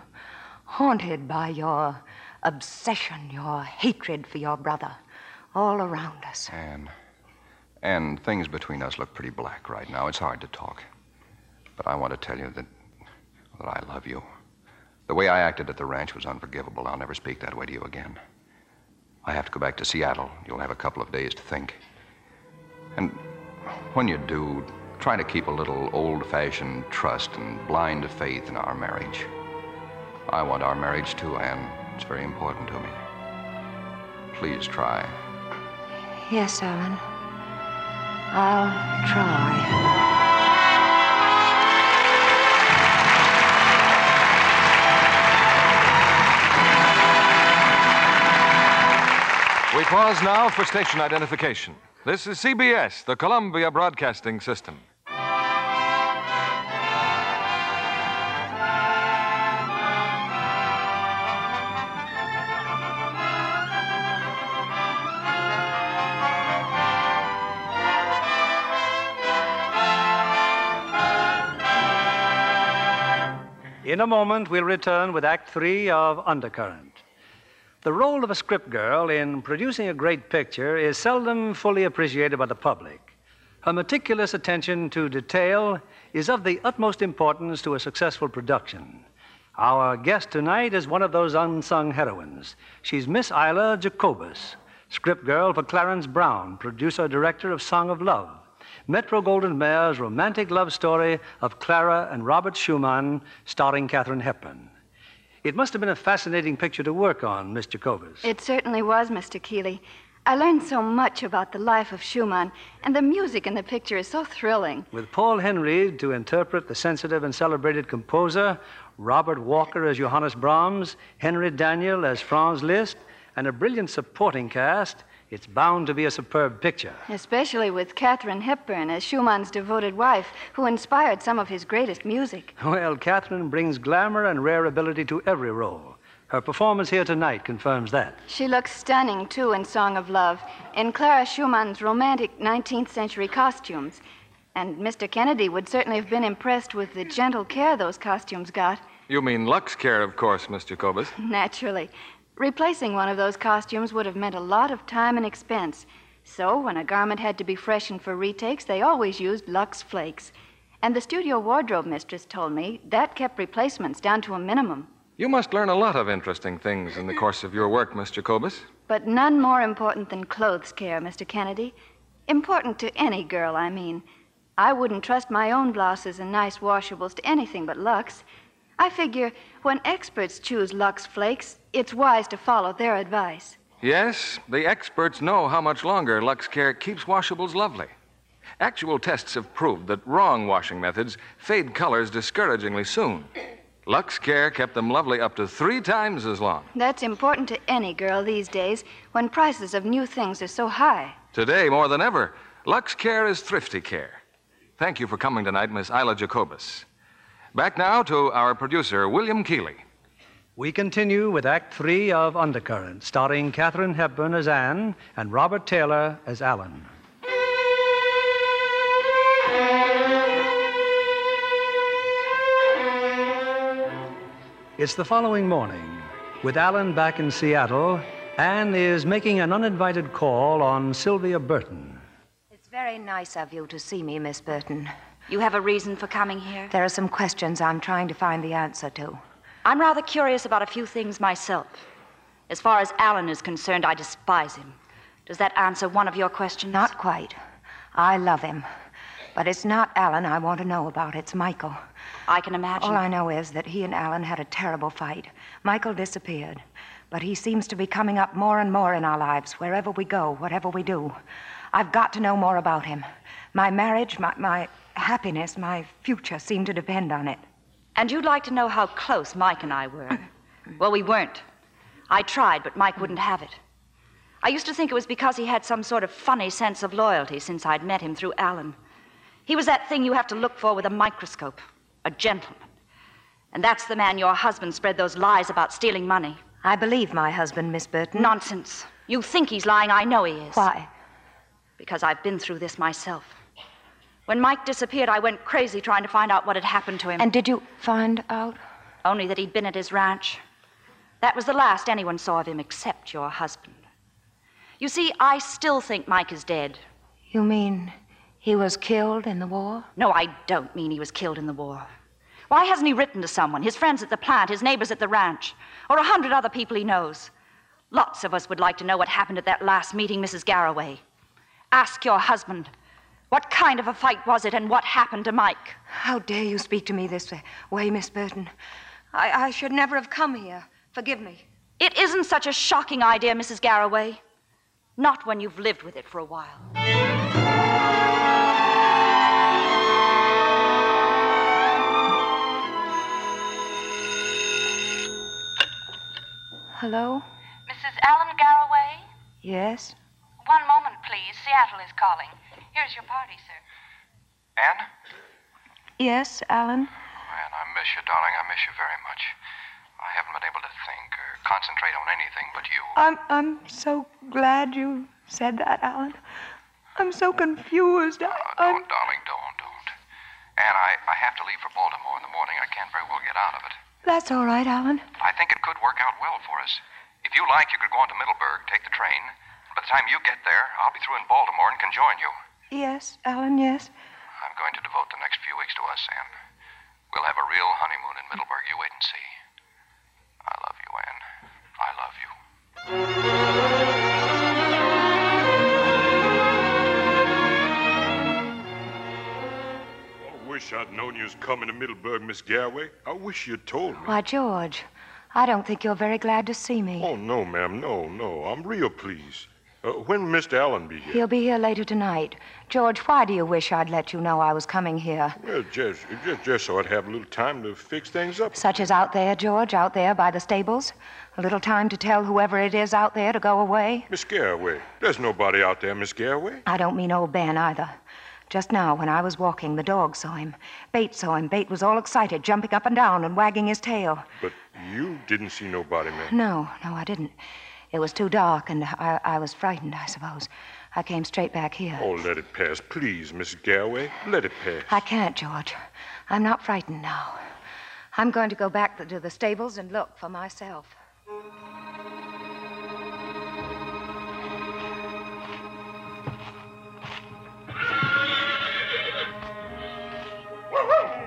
E: haunted by your obsession, your hatred for your brother, all around us.
D: Anne. Anne, things between us look pretty black right now. It's hard to talk. But I want to tell you that, that I love you. The way I acted at the ranch was unforgivable. I'll never speak that way to you again. I have to go back to Seattle. You'll have a couple of days to think. And when you do, try to keep a little old fashioned trust and blind faith in our marriage. I want our marriage too, Anne. It's very important to me. Please try.
E: Yes, Alan. I'll try.
O: We pause now for station identification. This is CBS, the Columbia Broadcasting System.
B: In a moment, we'll return with Act Three of Undercurrent. The role of a script girl in producing a great picture is seldom fully appreciated by the public. Her meticulous attention to detail is of the utmost importance to a successful production. Our guest tonight is one of those unsung heroines. She's Miss Isla Jacobus, script girl for Clarence Brown, producer director of Song of Love. Metro Goldwyn Mayer's romantic love story of Clara and Robert Schumann, starring Katharine Hepburn. It must have been a fascinating picture to work on, Miss Jacobus.
R: It certainly was, Mr. Keeley. I learned so much about the life of Schumann, and the music in the picture is so thrilling.
B: With Paul Henry to interpret the sensitive and celebrated composer, Robert Walker as Johannes Brahms, Henry Daniel as Franz Liszt, and a brilliant supporting cast, it's bound to be a superb picture. *laughs*
R: Especially with Catherine Hepburn as Schumann's devoted wife, who inspired some of his greatest music.
B: Well, Catherine brings glamour and rare ability to every role. Her performance here tonight confirms that.
R: She looks stunning, too, in Song of Love, in Clara Schumann's romantic 19th century costumes. And Mr. Kennedy would certainly have been impressed with the gentle care those costumes got,
O: You mean Lux Care, of course, Miss Jacobus.
R: naturally. Replacing one of those costumes would have meant a lot of time and expense. So, when a garment had to be freshened for retakes, they always used Lux Flakes. And the studio wardrobe mistress told me that kept replacements down to a minimum.
O: You must learn a lot of interesting things in the course of your work, Miss Jacobus.
R: But none more important than clothes care, Mr. Kennedy. Important to any girl, I mean. I wouldn't trust my own blouses and nice washables to anything but Lux. I figure when experts choose Lux Flakes, it's wise to follow their advice.
O: Yes, the experts know how much longer Lux Care keeps washables lovely. Actual tests have proved that wrong washing methods fade colors discouragingly soon. Lux Care kept them lovely up to three times as long.
R: That's important to any girl these days when prices of new things are so high.
O: Today, more than ever, Lux Care is thrifty care. Thank you for coming tonight, Miss Isla Jacobus. Back now to our producer, William Keeley.
B: We continue with Act Three of Undercurrent, starring Catherine Hepburn as Anne and Robert Taylor as Alan. It's the following morning. With Alan back in Seattle, Anne is making an uninvited call on Sylvia Burton.
E: It's very nice of you to see me, Miss Burton.
I: You have a reason for coming here?
E: There are some questions I'm trying to find the answer to.
I: I'm rather curious about a few things myself. As far as Alan is concerned, I despise him. Does that answer one of your questions?
E: Not quite. I love him. But it's not Alan I want to know about, it's Michael.
I: I can imagine.
E: All I know is that he and Alan had a terrible fight. Michael disappeared. But he seems to be coming up more and more in our lives, wherever we go, whatever we do. I've got to know more about him. My marriage, my, my happiness, my future seem to depend on it.
I: And you'd like to know how close Mike and I were. well, we weren't. I tried, but Mike wouldn't have it. I used to think it was because he had some sort of funny sense of loyalty since I'd met him through Alan. He was that thing you have to look for with a microscope a gentleman. And that's the man your husband spread those lies about stealing money.
E: I believe my husband, Miss Burton.
I: Nonsense. You think he's lying, I know he is.
E: Why?
I: Because I've been through this myself. When Mike disappeared, I went crazy trying to find out what had happened to him.
E: And did you find out?
I: Only that he'd been at his ranch. That was the last anyone saw of him except your husband. You see, I still think Mike is dead.
E: You mean he was killed in the war?
I: No, I don't mean he was killed in the war. Why hasn't he written to someone? His friends at the plant, his neighbors at the ranch, or a hundred other people he knows. Lots of us would like to know what happened at that last meeting, Mrs. Garraway. Ask your husband. What kind of a fight was it, and what happened to Mike?
E: How dare you speak to me this way, Miss Burton? I, I should never have come here. Forgive me.
I: It isn't such a shocking idea, Mrs. Garraway. Not when you've lived with it for a while.
E: Hello?
C: Mrs. Allen Garraway?
E: Yes?
C: One moment, please. Seattle is calling. Here's your party, sir.
D: Anne?
E: Yes, Alan?
D: Man, I miss you, darling. I miss you very much. I haven't been able to think or concentrate on anything but you.
E: I'm, I'm so glad you said that, Alan. I'm so confused. I, I'm-
D: Don't, darling, don't, don't. Anne, I, I have to leave for Baltimore in the morning. I can't very well get out of it.
E: That's all right, Alan.
D: But I think it could work out well for us. If you like, you could go on to Middleburg, take the train. By the time you get there, I'll be through in Baltimore and can join you.
E: Yes, Alan, yes.
D: I'm going to devote the next few weeks to us, Anne. We'll have a real honeymoon in Middleburg. You wait and see. I love you, Anne. I love you.
K: I wish I'd known you was coming to Middleburg, Miss Garraway. I wish you'd told me.
E: Why, George, I don't think you're very glad to see me.
K: Oh, no, ma'am. No, no. I'm real pleased. Uh, when will Mr. Allen be here?
E: He'll be here later tonight. George, why do you wish I'd let you know I was coming here?
K: Well, just, just, just so I'd have a little time to fix things up.
E: Such as out there, George, out there by the stables? A little time to tell whoever it is out there to go away?
K: Miss Garraway. There's nobody out there, Miss Garraway.
E: I don't mean old Ben either. Just now, when I was walking, the dog saw him. Bate saw him. Bate was all excited, jumping up and down and wagging his tail.
K: But you didn't see nobody, ma'am.
E: No, no, I didn't. It was too dark, and I, I was frightened, I suppose. I came straight back here.
K: Oh, let it pass, please, Miss Garraway. Let it pass.
E: I can't, George. I'm not frightened now. I'm going to go back to the stables and look for myself.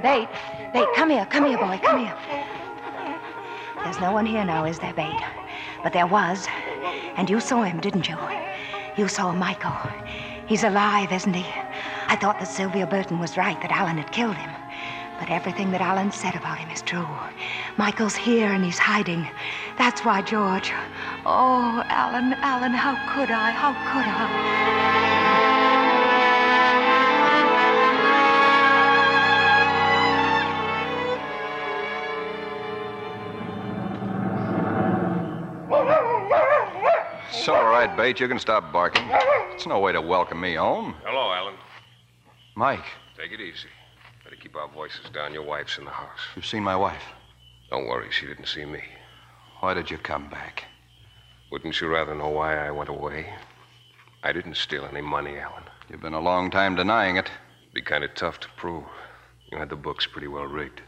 E: Bate, Bate, come here, come here, boy, come here. There's no one here now, is there, Bate? But there was. And you saw him, didn't you? You saw Michael. He's alive, isn't he? I thought that Sylvia Burton was right that Alan had killed him. But everything that Alan said about him is true. Michael's here and he's hiding. That's why, George. Oh, Alan, Alan, how could I? How could I?
S: It's all right, Bates. You can stop barking. It's no way to welcome me home.
P: Hello, Alan.
S: Mike,
P: Take it easy. Better keep our voices down. Your wife's in the house.
S: you've seen my wife.
P: Don't worry, she didn't see me.
S: Why did you come back?
P: Wouldn't you rather know why I went away? I didn't steal any money, Alan.
S: You've been a long time denying it.
P: Be kind of tough to prove. You had the books pretty well rigged.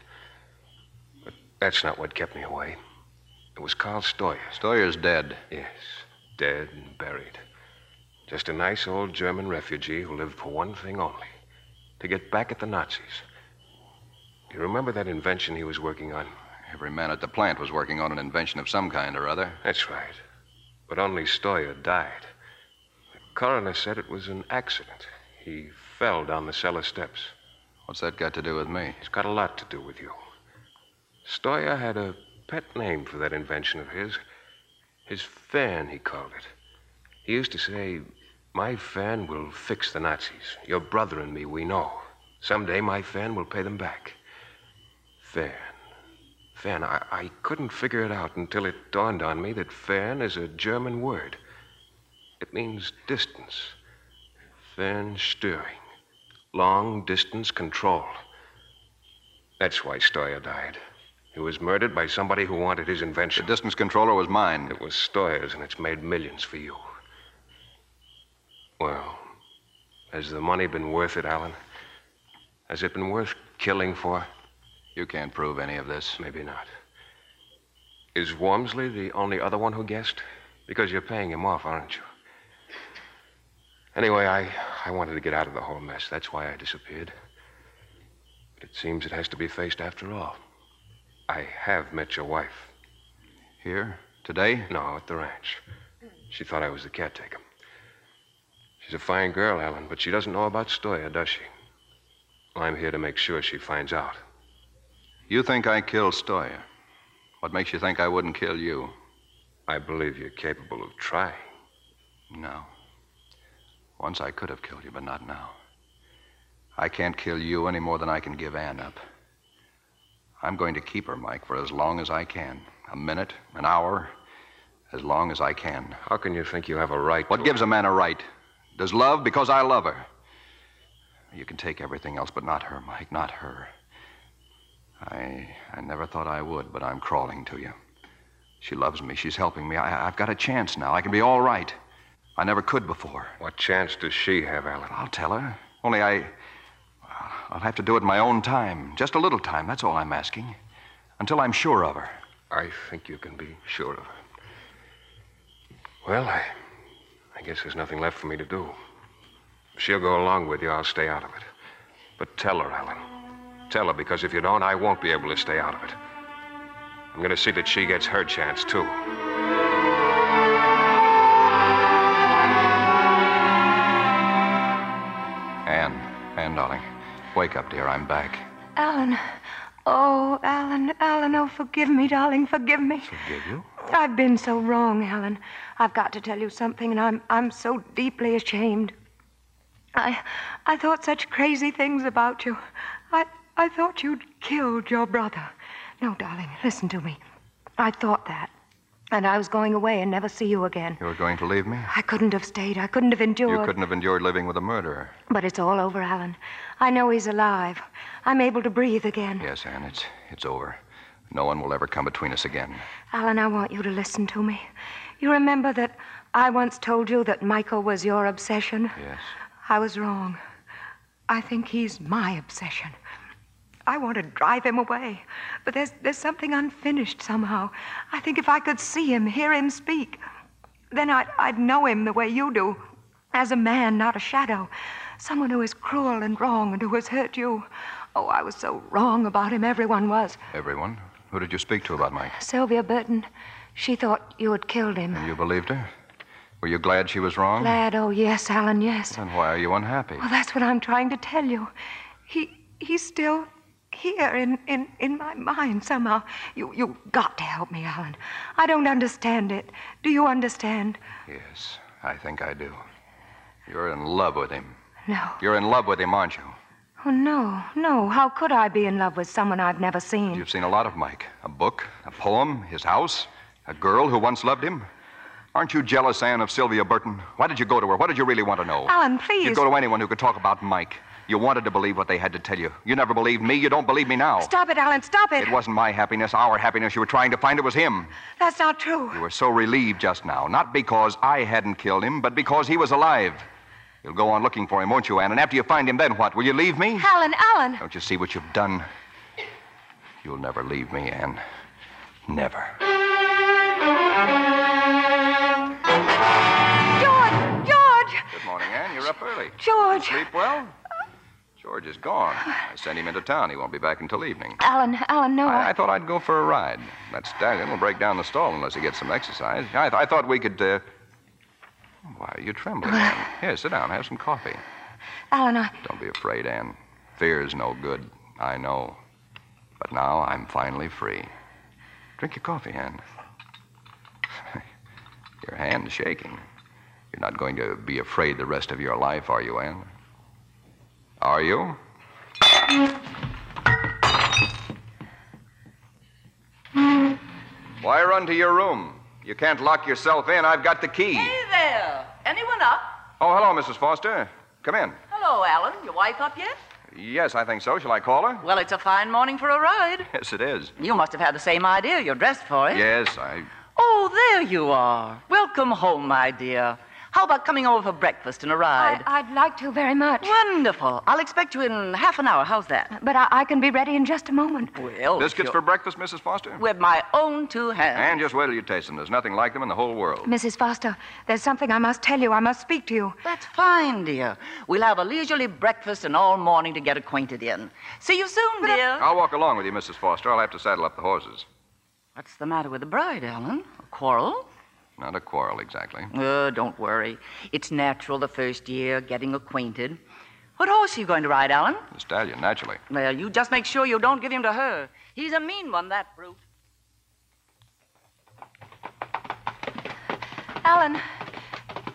P: But that's not what kept me away. It was Carl Stoyer.
S: Stoyer's dead.
P: Yes, dead and buried. Just a nice old German refugee who lived for one thing only to get back at the Nazis. You remember that invention he was working on?
S: Every man at the plant was working on an invention of some kind or other.
P: That's right. But only Stoyer died. The coroner said it was an accident. He fell down the cellar steps.
S: What's that got to do with me?
P: It's got a lot to do with you. Stoyer had a pet name for that invention of his. His fan, he called it. He used to say, My fan will fix the Nazis. Your brother and me, we know. Someday my fan will pay them back. Fan. Fan. I, I couldn't figure it out until it dawned on me that fan is a German word. It means distance. Fernsteuerung. Long distance control. That's why Steuer died. He was murdered by somebody who wanted his invention.
S: The distance controller was mine.
P: It was Steuer's, and it's made millions for you. Well, has the money been worth it, Alan? Has it been worth killing for?
S: You can't prove any of this.
P: Maybe not. Is Wormsley the only other one who guessed? Because you're paying him off, aren't you? Anyway, I, I wanted to get out of the whole mess. That's why I disappeared. But it seems it has to be faced after all. I have met your wife.
S: Here? Today?
P: No, at the ranch. She thought I was the caretaker. She She's a fine girl, Alan, but she doesn't know about Stoya, does she? I'm here to make sure she finds out.
D: You think I killed Stoya. What makes you think I wouldn't kill you?
P: I believe you're capable of trying.
D: No. Once I could have killed you, but not now. I can't kill you any more than I can give Ann up. I'm going to keep her, Mike, for as long as I can. A minute, an hour, as long as I can.
P: How can you think you have a right?
D: What gives a man a right? Does love because I love her. You can take everything else, but not her, Mike, not her. I I never thought I would, but I'm crawling to you. She loves me. She's helping me. I, I've got a chance now. I can be all right. I never could before.
P: What chance does she have, Alan?
D: I'll tell her. Only I. I'll have to do it in my own time. Just a little time. That's all I'm asking. Until I'm sure of her.
P: I think you can be sure of her. Well, I, I guess there's nothing left for me to do. If she'll go along with you. I'll stay out of it. But tell her, Alan. Tell her, because if you don't, I won't be able to stay out of it. I'm going to see that she gets her chance, too.
D: Ann, Ann, darling. Wake up, dear. I'm back.
C: Alan. Oh, Alan, Alan, oh, forgive me, darling, forgive me.
D: Forgive you?
C: I've been so wrong, Alan. I've got to tell you something, and I'm, I'm so deeply ashamed. I, I thought such crazy things about you. I, I thought you'd killed your brother. No, darling, listen to me. I thought that. And I was going away and never see you again.
D: You were going to leave me?
C: I couldn't have stayed. I couldn't have endured.
D: You couldn't have endured living with a murderer.
C: But it's all over, Alan. I know he's alive. I'm able to breathe again.
D: Yes, Ann, it's, it's over. No one will ever come between us again.
C: Alan, I want you to listen to me. You remember that I once told you that Michael was your obsession?
D: Yes.
C: I was wrong. I think he's my obsession. I want to drive him away, but there's, there's something unfinished somehow. I think if I could see him, hear him speak, then I'd, I'd know him the way you do as a man, not a shadow. Someone who is cruel and wrong and who has hurt you. Oh, I was so wrong about him. Everyone was.
D: Everyone? Who did you speak to about Mike?
C: Sylvia Burton, she thought you had killed him.
D: And you believed her? Were you glad she was wrong?
C: Glad, oh, yes, Alan, yes.
D: Then why are you unhappy?
C: Well, that's what I'm trying to tell you. He, he's still here in, in, in my mind somehow. You, you got to help me, Alan. I don't understand it. Do you understand?
D: Yes, I think I do. You're in love with him.
C: No.
D: You're in love with him, aren't you?
C: Oh, no, no. How could I be in love with someone I've never seen?
D: You've seen a lot of Mike a book, a poem, his house, a girl who once loved him. Aren't you jealous, Anne, of Sylvia Burton? Why did you go to her? What did you really want to know?
C: Alan, please.
D: You'd go to anyone who could talk about Mike. You wanted to believe what they had to tell you. You never believed me. You don't believe me now.
C: Stop it, Alan. Stop it.
D: It wasn't my happiness, our happiness you were trying to find. It was him.
C: That's not true.
D: You were so relieved just now, not because I hadn't killed him, but because he was alive. You'll go on looking for him, won't you, Anne? And after you find him, then what? Will you leave me?
C: Alan, Alan.
D: Don't you see what you've done? You'll never leave me, Anne. Never.
C: George! George!
D: Good morning, Anne. You're up early.
C: George!
D: Sleep well?
C: Uh,
D: George is gone. I sent him into town. He won't be back until evening.
C: Alan, Alan, no.
D: I, I thought I'd go for a ride. That stallion will break down the stall unless he gets some exercise. I, th- I thought we could. Uh... Why are you trembling?
C: Well-
D: Anne? Here, sit down. Have some coffee.
C: Alan, I.
D: Don't be afraid, Anne. Fear's no good. I know. But now I'm finally free. *laughs* Drink your coffee, Anne. your hand's shaking. You're not going to be afraid the rest of your life, are you, Anne? Are you? Why run to your room? You can't lock yourself in. I've got the key.
F: Hey there. Anyone up?
D: Oh, hello, Mrs. Foster. Come in.
F: Hello, Alan. Your wife up yet?
D: Yes, I think so. Shall I call her?
F: Well, it's a fine morning for a ride.
D: Yes, it is.
F: You must have had the same idea. You're dressed for it.
D: Yes, I.
F: Oh, there you are. Welcome home, my dear. How about coming over for breakfast and a ride?
C: I, would like to very much.
F: Wonderful. I'll expect you in half an hour. How's that?
C: But I, I can be ready in just a moment.
F: Well,
D: Biscuits
F: sure.
D: for breakfast, Mrs. Foster?
F: with my own two hands.
D: And just wait till you taste them. There's nothing like them in the whole world.
C: Mrs. Foster, there's something I must tell you. I must speak to you.
F: That's fine, dear. We'll have a leisurely breakfast and all morning to get acquainted in. See you soon, dear.
D: I'll walk along with you, Mrs. Foster. I'll have to saddle up the horses.
F: What's the matter with the bride, Alan? A quarrel?
D: Not a quarrel, exactly.
F: Uh, don't worry. It's natural the first year, getting acquainted. What horse are you going to ride, Alan?
D: The stallion, naturally.
F: Well, you just make sure you don't give him to her. He's a mean one, that brute.
R: Alan,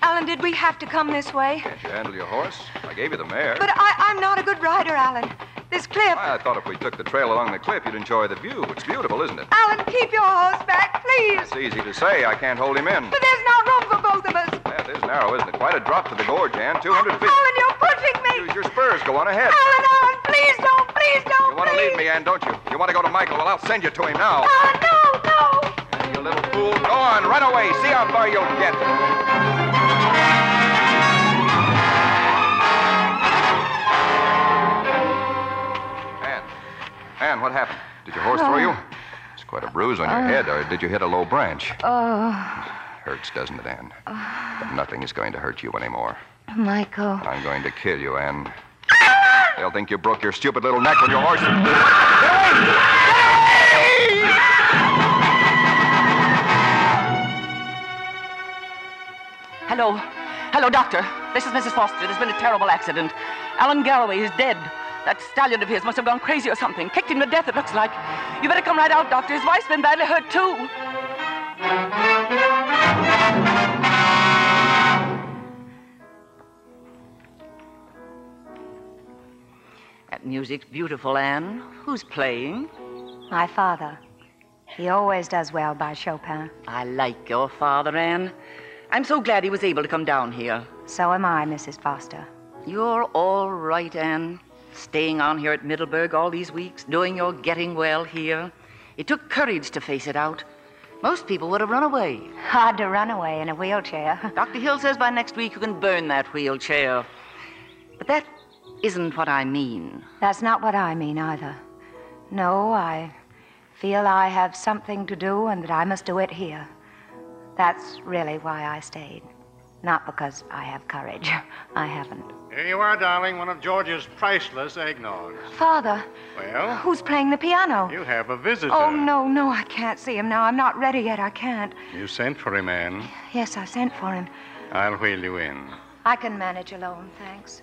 R: Alan, did we have to come this way?
D: Can't you handle your horse? I gave you the mare.
R: But I, I'm not a good rider, Alan. This cliff.
D: I thought if we took the trail along the cliff, you'd enjoy the view. It's beautiful, isn't it?
R: Alan, keep your horse back, please.
D: It's easy to say. I can't hold him in.
R: But there's not room for both of us.
D: That is narrow, isn't it? Quite a drop to the gorge, Ann. 200 feet.
R: Alan, you're pushing Oh, me.
D: Use your spurs. Go on ahead.
R: Alan, Alan, please don't, please
D: You
R: don't.
D: want to leave me, Ann, don't you? You want to go to Michael? Well, I'll send you to him now.
R: Alan, no, no.
D: You little fool. Go on, run away. See how far you'll get. Ann. Ann, what happened? Did your horse throw
R: Uh,
D: you? It's quite a bruise on your
M: Uh.
D: head, or did you hit a low branch?
M: Oh,
D: Hurts, doesn't it, Ann? But nothing is going to hurt you anymore.
M: Michael.
D: I'm going to kill you, Ann.
R: Ah!
D: They'll think you broke your stupid little neck when your horse.
F: Hello. Hello, Doctor. This is Mrs. Foster. There's been a terrible accident. Alan Galloway is dead. That stallion of his must have gone crazy or something. Kicked him to death, it looks like. You better come right out, Doctor. His wife's been badly hurt, too. That music's beautiful, Anne. Who's playing?
E: My father. He always does well by Chopin.
F: I like your father, Anne. I'm so glad he was able to come down here.
E: So am I, Mrs. Foster.
F: You're all right, Anne. Staying on here at Middleburg all these weeks, doing your getting well here. It took courage to face it out. Most people would have run away.
E: Hard to run away in a wheelchair. *laughs*
F: Dr. Hill says by next week you can burn that wheelchair. But that isn't what I mean.
E: That's not what I mean either. No, I feel I have something to do and that I must do it here. That's really why I stayed. Not because I have courage. *laughs* I haven't.
H: Here you are, darling, one of George's priceless eggnogs.
E: Father,
H: Well,
E: who's playing the piano?
H: you have a visitor.
E: Oh, no, no, I can't see him now. I'm not ready yet. I can't.
H: You sent for him, Anne.
E: Yes, I sent for him.
H: I'll wheel you in.
E: I can manage alone, thanks.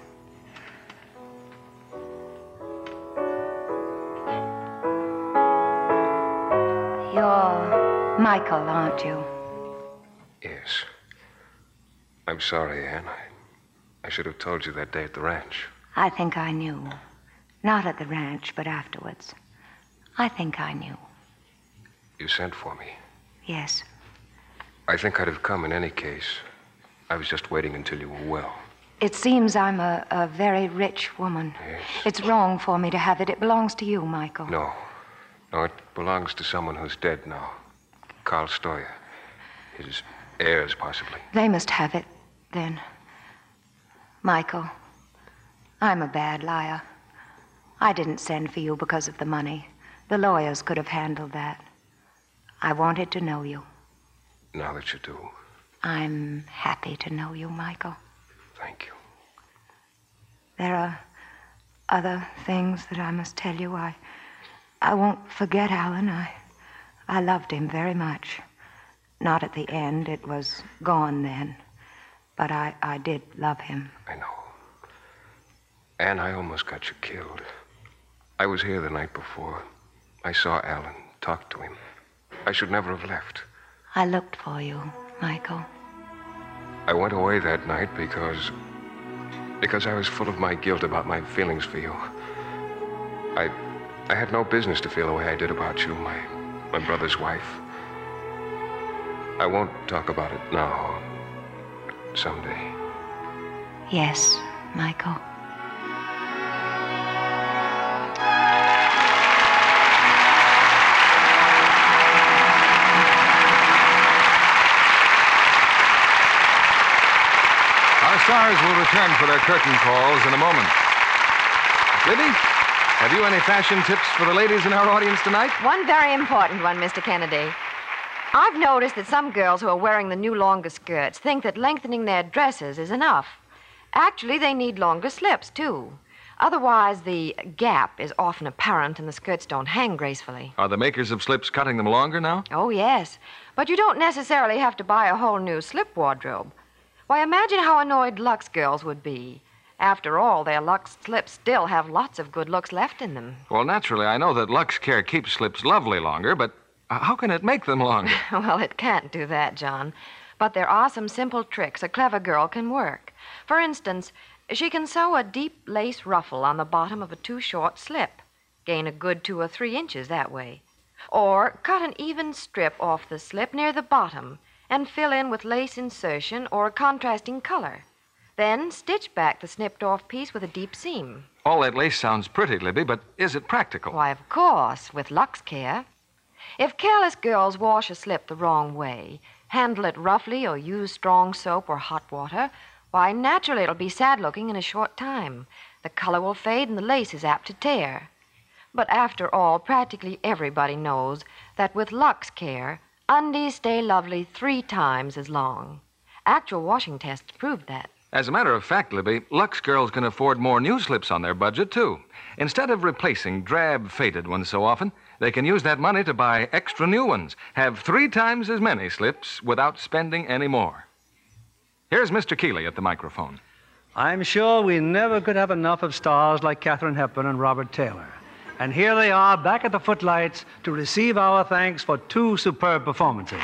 E: You're Michael, aren't you?
P: Yes. I'm sorry, Anne. I, I should have told you that day at the ranch.
E: I think I knew. Not at the ranch, but afterwards. I think I knew.
P: You sent for me.
E: Yes.
P: I think I'd have come in any case. I was just waiting until you were well.
E: It seems I'm a, a very rich woman.
P: Yes.
E: It's wrong for me to have it. It belongs to you, Michael.
P: No. No, it belongs to someone who's dead now. Karl Stoyer. His heirs, possibly.
E: They must have it, then. Michael, I'm a bad liar. I didn't send for you because of the money. The lawyers could have handled that. I wanted to know you.
P: Now that you do,
E: I'm happy to know you, Michael.
P: thank you.
E: There are other things that I must tell you. I, I won't forget Alan. I, I loved him very much. Not at the end. It was gone then. But I, I did love him.
P: I know. Anne, I almost got you killed. I was here the night before. I saw Alan, talked to him. I should never have left.
E: I looked for you, Michael.
P: I went away that night because. because I was full of my guilt about my feelings for you. I. I had no business to feel the way I did about you, my. my brother's wife. I won't talk about it now. Someday.
E: Yes, Michael.
O: Our stars will return for their curtain calls in a moment. Libby, have you any fashion tips for the ladies in our audience tonight?
M: One very important one, Mr. Kennedy. I've noticed that some girls who are wearing the new longer skirts think that lengthening their dresses is enough. Actually, they need longer slips, too. Otherwise, the gap is often apparent and the skirts don't hang gracefully.
A: Are the makers of slips cutting them longer now?
M: Oh, yes. But you don't necessarily have to buy a whole new slip wardrobe. Why, imagine how annoyed Lux girls would be. After all, their Lux slips still have lots of good looks left in them.
A: Well, naturally, I know that Lux Care keeps slips lovely longer, but uh, how can it make them longer?
M: *laughs* well, it can't do that, John. But there are some simple tricks a clever girl can work. For instance, she can sew a deep lace ruffle on the bottom of a too short slip, gain a good two or three inches that way. Or cut an even strip off the slip near the bottom and fill in with lace insertion or a contrasting color. Then stitch back the snipped off piece with a deep seam.
A: All that lace sounds pretty, Libby, but is it practical?
M: Why, of course, with Lux Care. If careless girls wash a slip the wrong way, handle it roughly, or use strong soap or hot water, why, naturally, it'll be sad looking in a short time. The color will fade and the lace is apt to tear. But after all, practically everybody knows that with Lux Care, undies stay lovely three times as long. Actual washing tests prove that.
A: As a matter of fact, Libby, Lux girls can afford more new slips on their budget, too. Instead of replacing drab, faded ones so often, they can use that money to buy extra new ones, have three times as many slips without spending any more. Here's Mr. Keeley at the microphone.
B: I'm sure we never could have enough of stars like Katharine Hepburn and Robert Taylor. And here they are back at the footlights to receive our thanks for two superb performances.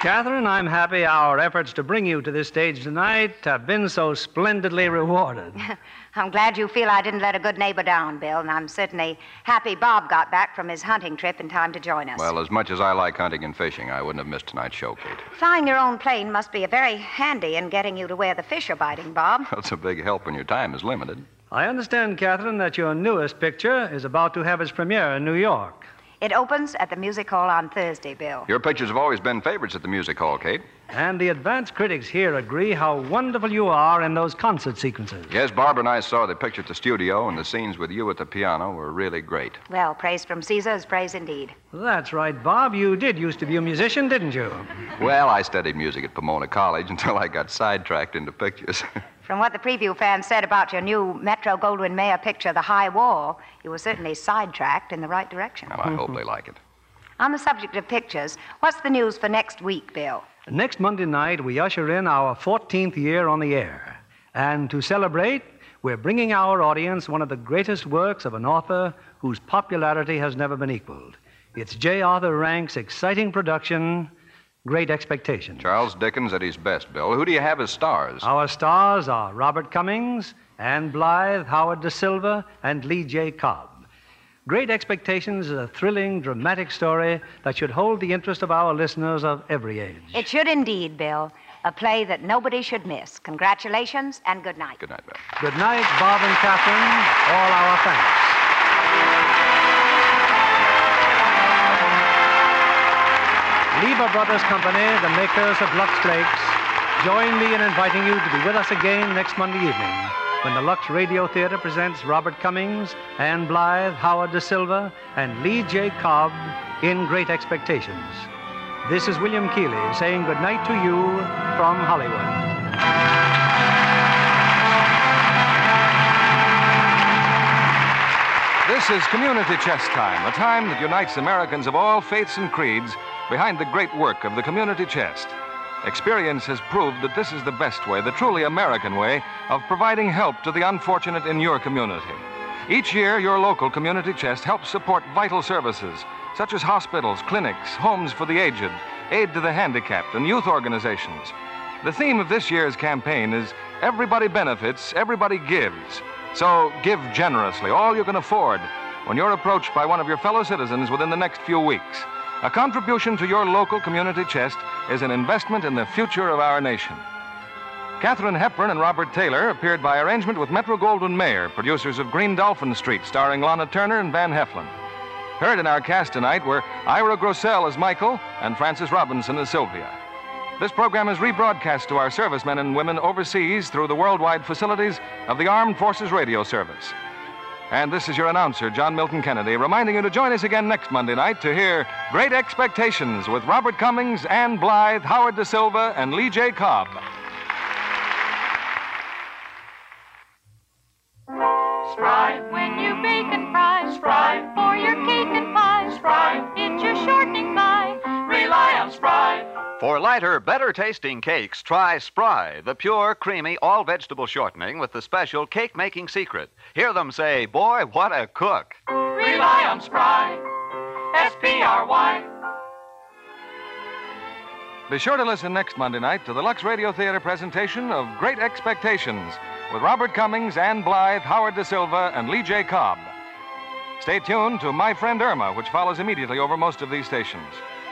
B: Catherine, I'm happy our efforts to bring you to this stage tonight have been so splendidly rewarded.
E: *laughs* I'm glad you feel I didn't let a good neighbor down, Bill, and I'm certainly happy Bob got back from his hunting trip in time to join us.
D: Well, as much as I like hunting and fishing, I wouldn't have missed tonight's show, Kate. *laughs*
E: Flying your own plane must be very handy in getting you to where the fish are biting, Bob.
D: That's a big help when your time is limited.
B: I understand, Catherine, that your newest picture is about to have its premiere in New York.
E: It opens at the music hall on Thursday, Bill.
D: Your pictures have always been favorites at the music hall, Kate.
B: And the advance critics here agree how wonderful you are in those concert sequences.
D: Yes, Barbara and I saw the picture at the studio, and the scenes with you at the piano were really great.
E: Well, praise from Caesar is praise indeed.
B: That's right, Bob. You did used to be a musician, didn't you?
D: Well, I studied music at Pomona College *laughs* until I got sidetracked into pictures. *laughs*
E: From what the preview fans said about your new Metro Goldwyn Mayer picture, The High Wall, you were certainly sidetracked in the right direction.
D: Well, I hope they like it.
E: On the subject of pictures, what's the news for next week, Bill?
B: Next Monday night, we usher in our 14th year on the air. And to celebrate, we're bringing our audience one of the greatest works of an author whose popularity has never been equaled. It's J. Arthur Rank's exciting production, Great Expectations.
D: Charles Dickens at his best, Bill. Who do you have as stars?
B: Our stars are Robert Cummings, Anne Blythe, Howard De Silva, and Lee J. Cobb. Great Expectations is a thrilling, dramatic story that should hold the interest of our listeners of every age.
E: It should indeed, Bill. A play that nobody should miss. Congratulations and good night.
D: Good night, Bill.
B: Good night, Bob and Catherine. All our thanks. Lieber Brothers Company, the makers of Lux Flakes, join me in inviting you to be with us again next Monday evening when the Lux Radio Theater presents Robert Cummings, Anne Blythe, Howard De Silva, and Lee J. Cobb in Great Expectations. This is William Keeley saying good night to you from Hollywood.
A: This is Community Chess Time, a time that unites Americans of all faiths and creeds behind the great work of the community chest. Experience has proved that this is the best way, the truly American way, of providing help to the unfortunate in your community. Each year, your local community chest helps support vital services, such as hospitals, clinics, homes for the aged, aid to the handicapped, and youth organizations. The theme of this year's campaign is Everybody Benefits, Everybody Gives. So give generously, all you can afford, when you're approached by one of your fellow citizens within the next few weeks. A contribution to your local community chest is an investment in the future of our nation. Katherine Hepburn and Robert Taylor appeared by arrangement with Metro Goldwyn Mayer, producers of Green Dolphin Street, starring Lana Turner and Van Heflin. Heard in our cast tonight were Ira Grossell as Michael and Francis Robinson as Sylvia. This program is rebroadcast to our servicemen and women overseas through the worldwide facilities of the Armed Forces Radio Service. And this is your announcer, John Milton Kennedy, reminding you to join us again next Monday night to hear Great Expectations with Robert Cummings, Ann Blythe, Howard De Silva, and Lee J. Cobb.
S: Sprite when you bake and fry. Sprite for your cake and pie. Sprite it's your shortening by. Rely on Sprite.
T: For lighter, better tasting cakes, try Spry, the pure, creamy, all vegetable shortening with the special cake making secret. Hear them say, Boy, what a cook!
S: Rely on Spry. S P R Y.
A: Be sure to listen next Monday night to the Lux Radio Theater presentation of Great Expectations with Robert Cummings, Ann Blythe, Howard De Silva, and Lee J. Cobb. Stay tuned to My Friend Irma, which follows immediately over most of these stations.